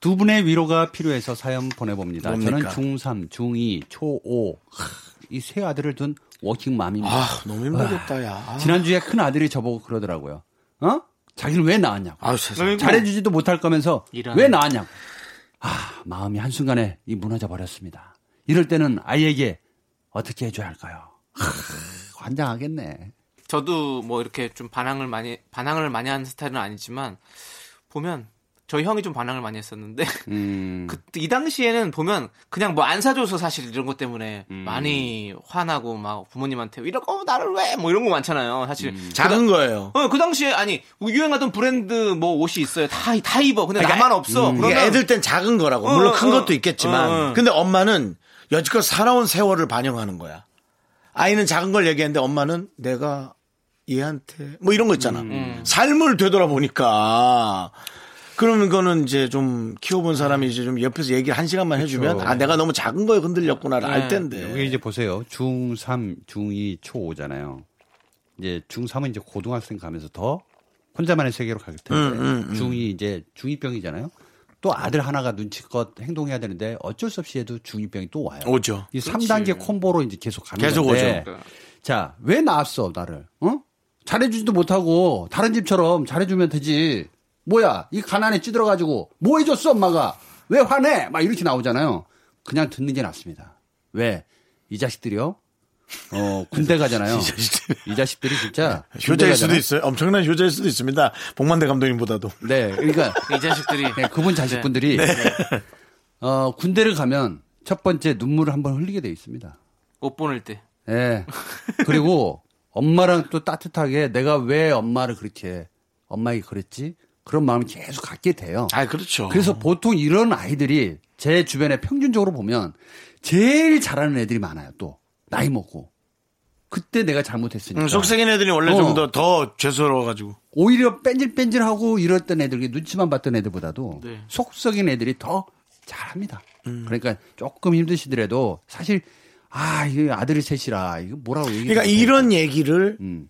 Speaker 7: 두 분의 위로가 필요해서 사연 보내봅니다.
Speaker 1: 뭡니까?
Speaker 7: 저는 중3, 중2, 초5 이 세 아들을 둔 워킹맘입니다.
Speaker 1: 아, 너무 힘들겠다, 야. 아.
Speaker 7: 지난주에 큰 아들이 저보고 그러더라고요. 어? 자기를 왜 낳았냐고.
Speaker 1: 아유, 세상에.
Speaker 7: 잘해주지도 못할 거면서
Speaker 2: 이런.
Speaker 7: 왜 낳았냐고. 아, 마음이 한순간에 이 무너져 버렸습니다. 이럴 때는 아이에게 어떻게 해줘야 할까요? 하, 환장하겠네.
Speaker 2: 저도 뭐 이렇게 좀 반항을 많이 반항을 많이 하는 스타일은 아니지만 보면 저희 형이 좀 반항을 많이 했었는데
Speaker 7: 음,
Speaker 2: 그때 이 당시에는 보면 그냥 뭐 안 사줘서 사실 이런 것 때문에 많이 화나고 막 부모님한테 이러고 나를 왜 뭐 이런 거 많잖아요 사실
Speaker 1: 작은 거예요.
Speaker 2: 어, 그 당시에 아니 유행하던 브랜드 뭐 옷이 있어요 다 다 입어 근데 나만 없어
Speaker 1: 이게
Speaker 2: 그러면
Speaker 1: 음, 애들 땐 작은 거라고. 물론
Speaker 2: 어,
Speaker 1: 큰
Speaker 2: 어.
Speaker 1: 것도 있겠지만.
Speaker 2: 어, 어.
Speaker 1: 근데 엄마는 여지껏 살아온 세월을 반영하는 거야. 아이는 작은 걸 얘기했는데 엄마는 내가 얘한테 뭐 이런 거 있잖아. 삶을 되돌아보니까. 그러면 그거는 이제 좀 키워본 사람이 이제 좀 옆에서 얘기를 한 시간만 해주면 아 내가 너무 작은 거에 흔들렸구나를 알
Speaker 7: 네. 여기
Speaker 1: 텐데.
Speaker 7: 이제 보세요. 중3, 중2, 초5잖아요. 이제 중3은 이제 고등학생 가면서 더 혼자만의 세계로 가게
Speaker 1: 음,
Speaker 7: 되는데 중2 이제 중2병이잖아요. 또 아들 하나가 눈치껏 행동해야 되는데 어쩔 수 없이 해도 중2병이 또 와요.
Speaker 1: 오죠.
Speaker 7: 이 3단계 콤보로 이제 계속 가는
Speaker 1: 계속
Speaker 7: 건데.
Speaker 1: 오죠.
Speaker 7: 네. 자, 왜 나왔어, 나를? 어? 잘해주지도 못하고 다른 집처럼 잘해주면 되지. 뭐야, 이 가난에 찌들어가지고 뭐 해줬어, 엄마가? 왜 화내? 막 이렇게 나오잖아요. 그냥 듣는 게 낫습니다. 왜? 이 자식들이요? 어, 군대 가잖아요.
Speaker 1: 이 자식들. 네,
Speaker 7: 이 자식들이 진짜 군대
Speaker 1: 효자일 수도
Speaker 7: 가잖아요.
Speaker 1: 있어요. 엄청난 효자일 수도 있습니다. 복만대 감독님보다도.
Speaker 7: 네, 그러니까
Speaker 2: 이 자식들이
Speaker 7: 네, 그분 자식분들이 어, 군대를 가면 첫 번째 눈물을 한번 흘리게 돼 있습니다.
Speaker 2: 옷 보낼 때.
Speaker 7: 예. 그리고 엄마랑 또 따뜻하게 내가 왜 엄마를 그렇게 엄마에게 그랬지? 그런 마음이 계속 갖게 돼요.
Speaker 1: 아, 그렇죠.
Speaker 7: 그래서 보통 이런 아이들이 제 주변에 평균적으로 보면 제일 잘하는 애들이 많아요. 또 나이 먹고 그때 내가 잘못했으니까
Speaker 1: 음, 속생인 애들이 원래
Speaker 7: 어.
Speaker 1: 좀 더 더 죄스러워가지고.
Speaker 7: 오히려 뺀질뺀질하고 이랬던 애들 눈치만 봤던 애들보다도
Speaker 2: 네.
Speaker 7: 속 썩인 애들이 더 잘합니다.
Speaker 1: 음.
Speaker 7: 그러니까 조금 힘드시더라도 사실 아 이거 아들이 셋이라 이거 뭐라고 얘기
Speaker 1: 그러니까 이런 얘기를
Speaker 7: 음.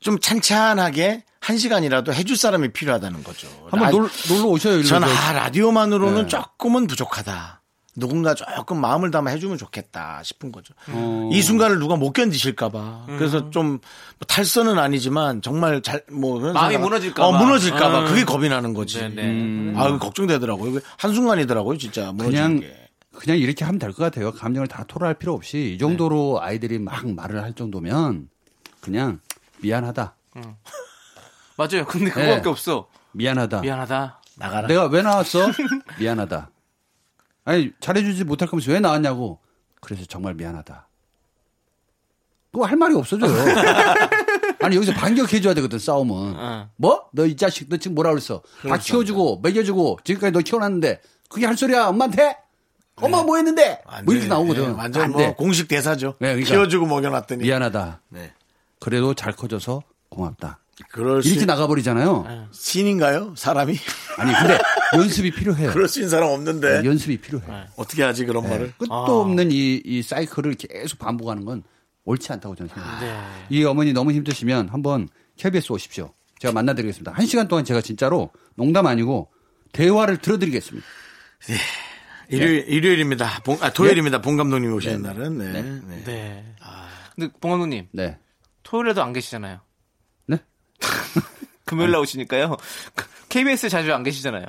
Speaker 1: 좀 찬찬하게 한 시간이라도 해줄 사람이 필요하다는 거죠.
Speaker 7: 한번
Speaker 1: 라-
Speaker 7: 놀, 놀러 오셔요. 일로
Speaker 1: 전
Speaker 7: 저-
Speaker 1: 아, 라디오만으로는
Speaker 7: 네.
Speaker 1: 조금은 부족하다. 누군가 조금 마음을 담아 해주면 좋겠다 싶은 거죠.
Speaker 7: 어.
Speaker 1: 이 순간을 누가 못 견디실까봐.
Speaker 2: 음.
Speaker 1: 그래서 좀뭐 탈선은 아니지만 정말 잘뭐 어,
Speaker 2: 마음이 무너질까 봐.
Speaker 1: 무너질까봐
Speaker 2: 음.
Speaker 1: 그게 겁이 나는 거지.
Speaker 2: 네네.
Speaker 1: 아 그거 걱정되더라고요. 한 순간이더라고요, 진짜 무너지는
Speaker 7: 음. 그냥
Speaker 1: 게.
Speaker 7: 그냥 이렇게 하면 될 것 같아요. 감정을 다 토로할 필요 없이 이 정도로
Speaker 1: 네.
Speaker 7: 아이들이 막 말을 할 정도면 그냥 미안하다,
Speaker 2: 맞아요. 근데 그거밖에
Speaker 7: 네.
Speaker 2: 없어.
Speaker 7: 미안하다.
Speaker 2: 미안하다.
Speaker 1: 나가라.
Speaker 7: 내가 왜 나왔어? 미안하다. 아니 잘해주지 못할 거면서 왜 나왔냐고. 그래서 정말 미안하다. 그거 할 말이 없어져요. 아니 여기서 반격해줘야 되거든 싸움은.
Speaker 2: 어.
Speaker 7: 뭐? 너 이 자식 너 지금 뭐라 그랬어? 다
Speaker 1: 그렇죠.
Speaker 7: 키워주고 먹여주고 지금까지 너 키워놨는데 그게 할 소리야 엄마한테?
Speaker 1: 네.
Speaker 7: 엄마 뭐 했는데?
Speaker 1: 안
Speaker 7: 뭐 이렇게
Speaker 1: 돼.
Speaker 7: 나오거든.
Speaker 1: 예, 완전
Speaker 7: 안
Speaker 1: 뭐
Speaker 7: 돼.
Speaker 1: 공식 대사죠.
Speaker 7: 네, 그러니까.
Speaker 1: 키워주고 먹여놨더니.
Speaker 7: 미안하다.
Speaker 1: 네.
Speaker 7: 그래도 잘 커져서 고맙다.
Speaker 1: 그럴 수 네.
Speaker 7: 이렇게 나가버리잖아요.
Speaker 1: 신인가요? 사람이?
Speaker 7: 아니 근데 연습이 필요해요.
Speaker 1: 그럴 수 네. 있는 사람 없는데.
Speaker 7: 연습이 필요해. 요
Speaker 1: 어떻게 하지 그런
Speaker 2: 네.
Speaker 1: 말을?
Speaker 7: 끝도
Speaker 2: 아.
Speaker 7: 없는 이, 이 사이클을 계속 반복하는 건 옳지 않다고 저는 생각합니다.
Speaker 2: 네.
Speaker 7: 이 어머니 너무 힘드시면 한번 KBS 오십시오. 제가 만나드리겠습니다. 한 시간 동안 제가 진짜로 농담 아니고 대화를 들어드리겠습니다.
Speaker 1: 일요일, 일요일입니다. 봉, 아, 토요일입니다. 봉 감독님 오시는 날은. 네. 네. 네.
Speaker 2: 네. 근데 봉감독님
Speaker 7: 네.
Speaker 2: 토요일에도 안 계시잖아요.
Speaker 7: 네?
Speaker 2: 금요일 나오시니까요. KBS 에 자주 안 계시잖아요.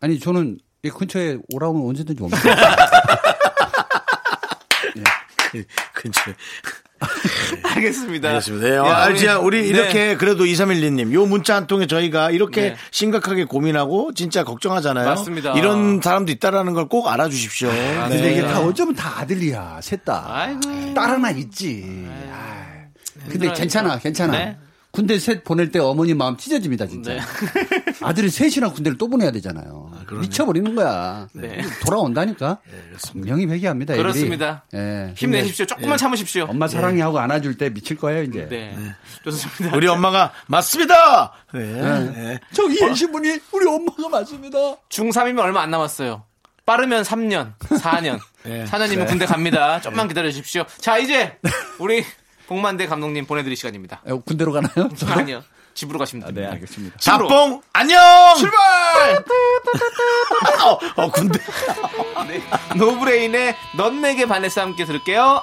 Speaker 7: 아니 저는 이 근처에 오라면 언제든지
Speaker 2: 네.
Speaker 7: 옵니다.
Speaker 1: 근처에.
Speaker 2: 알겠습니다.
Speaker 1: 알겠습니다. 예, 어,
Speaker 2: 야,
Speaker 1: 알지야, 우리
Speaker 2: 네.
Speaker 1: 이렇게 그래도 2312님, 요 문자 한 통에 저희가 이렇게
Speaker 2: 네.
Speaker 1: 심각하게 고민하고 진짜 걱정하잖아요.
Speaker 2: 맞습니다.
Speaker 1: 이런 사람도 있다라는 걸 꼭 알아주십시오. 네.
Speaker 7: 근데 이게 다 어쩌면 다 아들이야. 셋 다.
Speaker 2: 아이고.
Speaker 7: 딸 하나 있지. 아이. 근데
Speaker 2: 힘들어요.
Speaker 7: 괜찮아, 괜찮아.
Speaker 2: 네.
Speaker 7: 군대 셋 보낼 때 어머니 마음 찢어집니다, 진짜.
Speaker 2: 네.
Speaker 7: 아들이 셋이나 군대를 또 보내야 되잖아요. 미쳐버리는 거야.
Speaker 2: 네.
Speaker 7: 돌아온다니까. 분명히 회개합니다. 애들이.
Speaker 2: 그렇습니다.
Speaker 7: 예.
Speaker 2: 힘내십시오. 조금만 참으십시오.
Speaker 7: 엄마 사랑해 하고 안아줄 때 미칠 거예요, 이제.
Speaker 2: 네. 좋습니다.
Speaker 1: 우리 엄마가 맞습니다! 네. 네.
Speaker 2: 어?
Speaker 7: 저기 계신 분이 우리 엄마가 맞습니다. 어,
Speaker 2: 중3이면 얼마 안 남았어요. 빠르면 3년, 4년.
Speaker 1: 네.
Speaker 2: 4년이면 군대 갑니다. 좀만 기다려 주십시오. 자, 이제 우리 복만대 감독님 보내드릴 시간입니다.
Speaker 7: 에, 군대로 가나요? 저?
Speaker 2: 아니요. 집으로 가시면
Speaker 7: 아, 네,
Speaker 2: 됩니다.
Speaker 7: 알겠습니다.
Speaker 2: 집으로.
Speaker 1: 자뽕, 안녕!
Speaker 2: 출발!
Speaker 1: 어, 어, 군대.
Speaker 2: 네. 아, 노브레인의 넌 내게 반했어 함께 들을게요.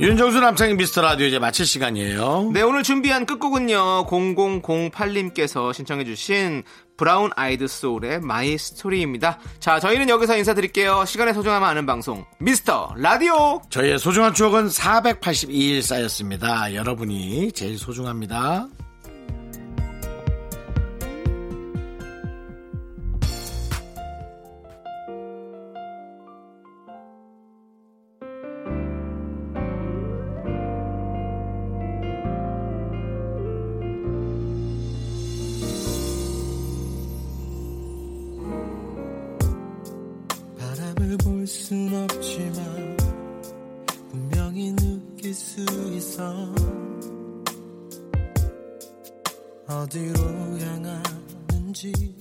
Speaker 1: 윤정수 남창희 미스터 라디오 이제 마칠 시간이에요.
Speaker 2: 네, 오늘 준비한 끝곡은요. 0008님께서 신청해주신 브라운 아이드 소울의 마이 스토리입니다. 자, 저희는 여기서 인사드릴게요. 시간의 소중함을 아는 방송, 미스터 라디오!
Speaker 1: 저희의 소중한 추억은 482일 쌓였습니다. 여러분이 제일 소중합니다.
Speaker 9: 바람을 볼 순 없지만 분명히 느낄 수 있어 어디로 향하는지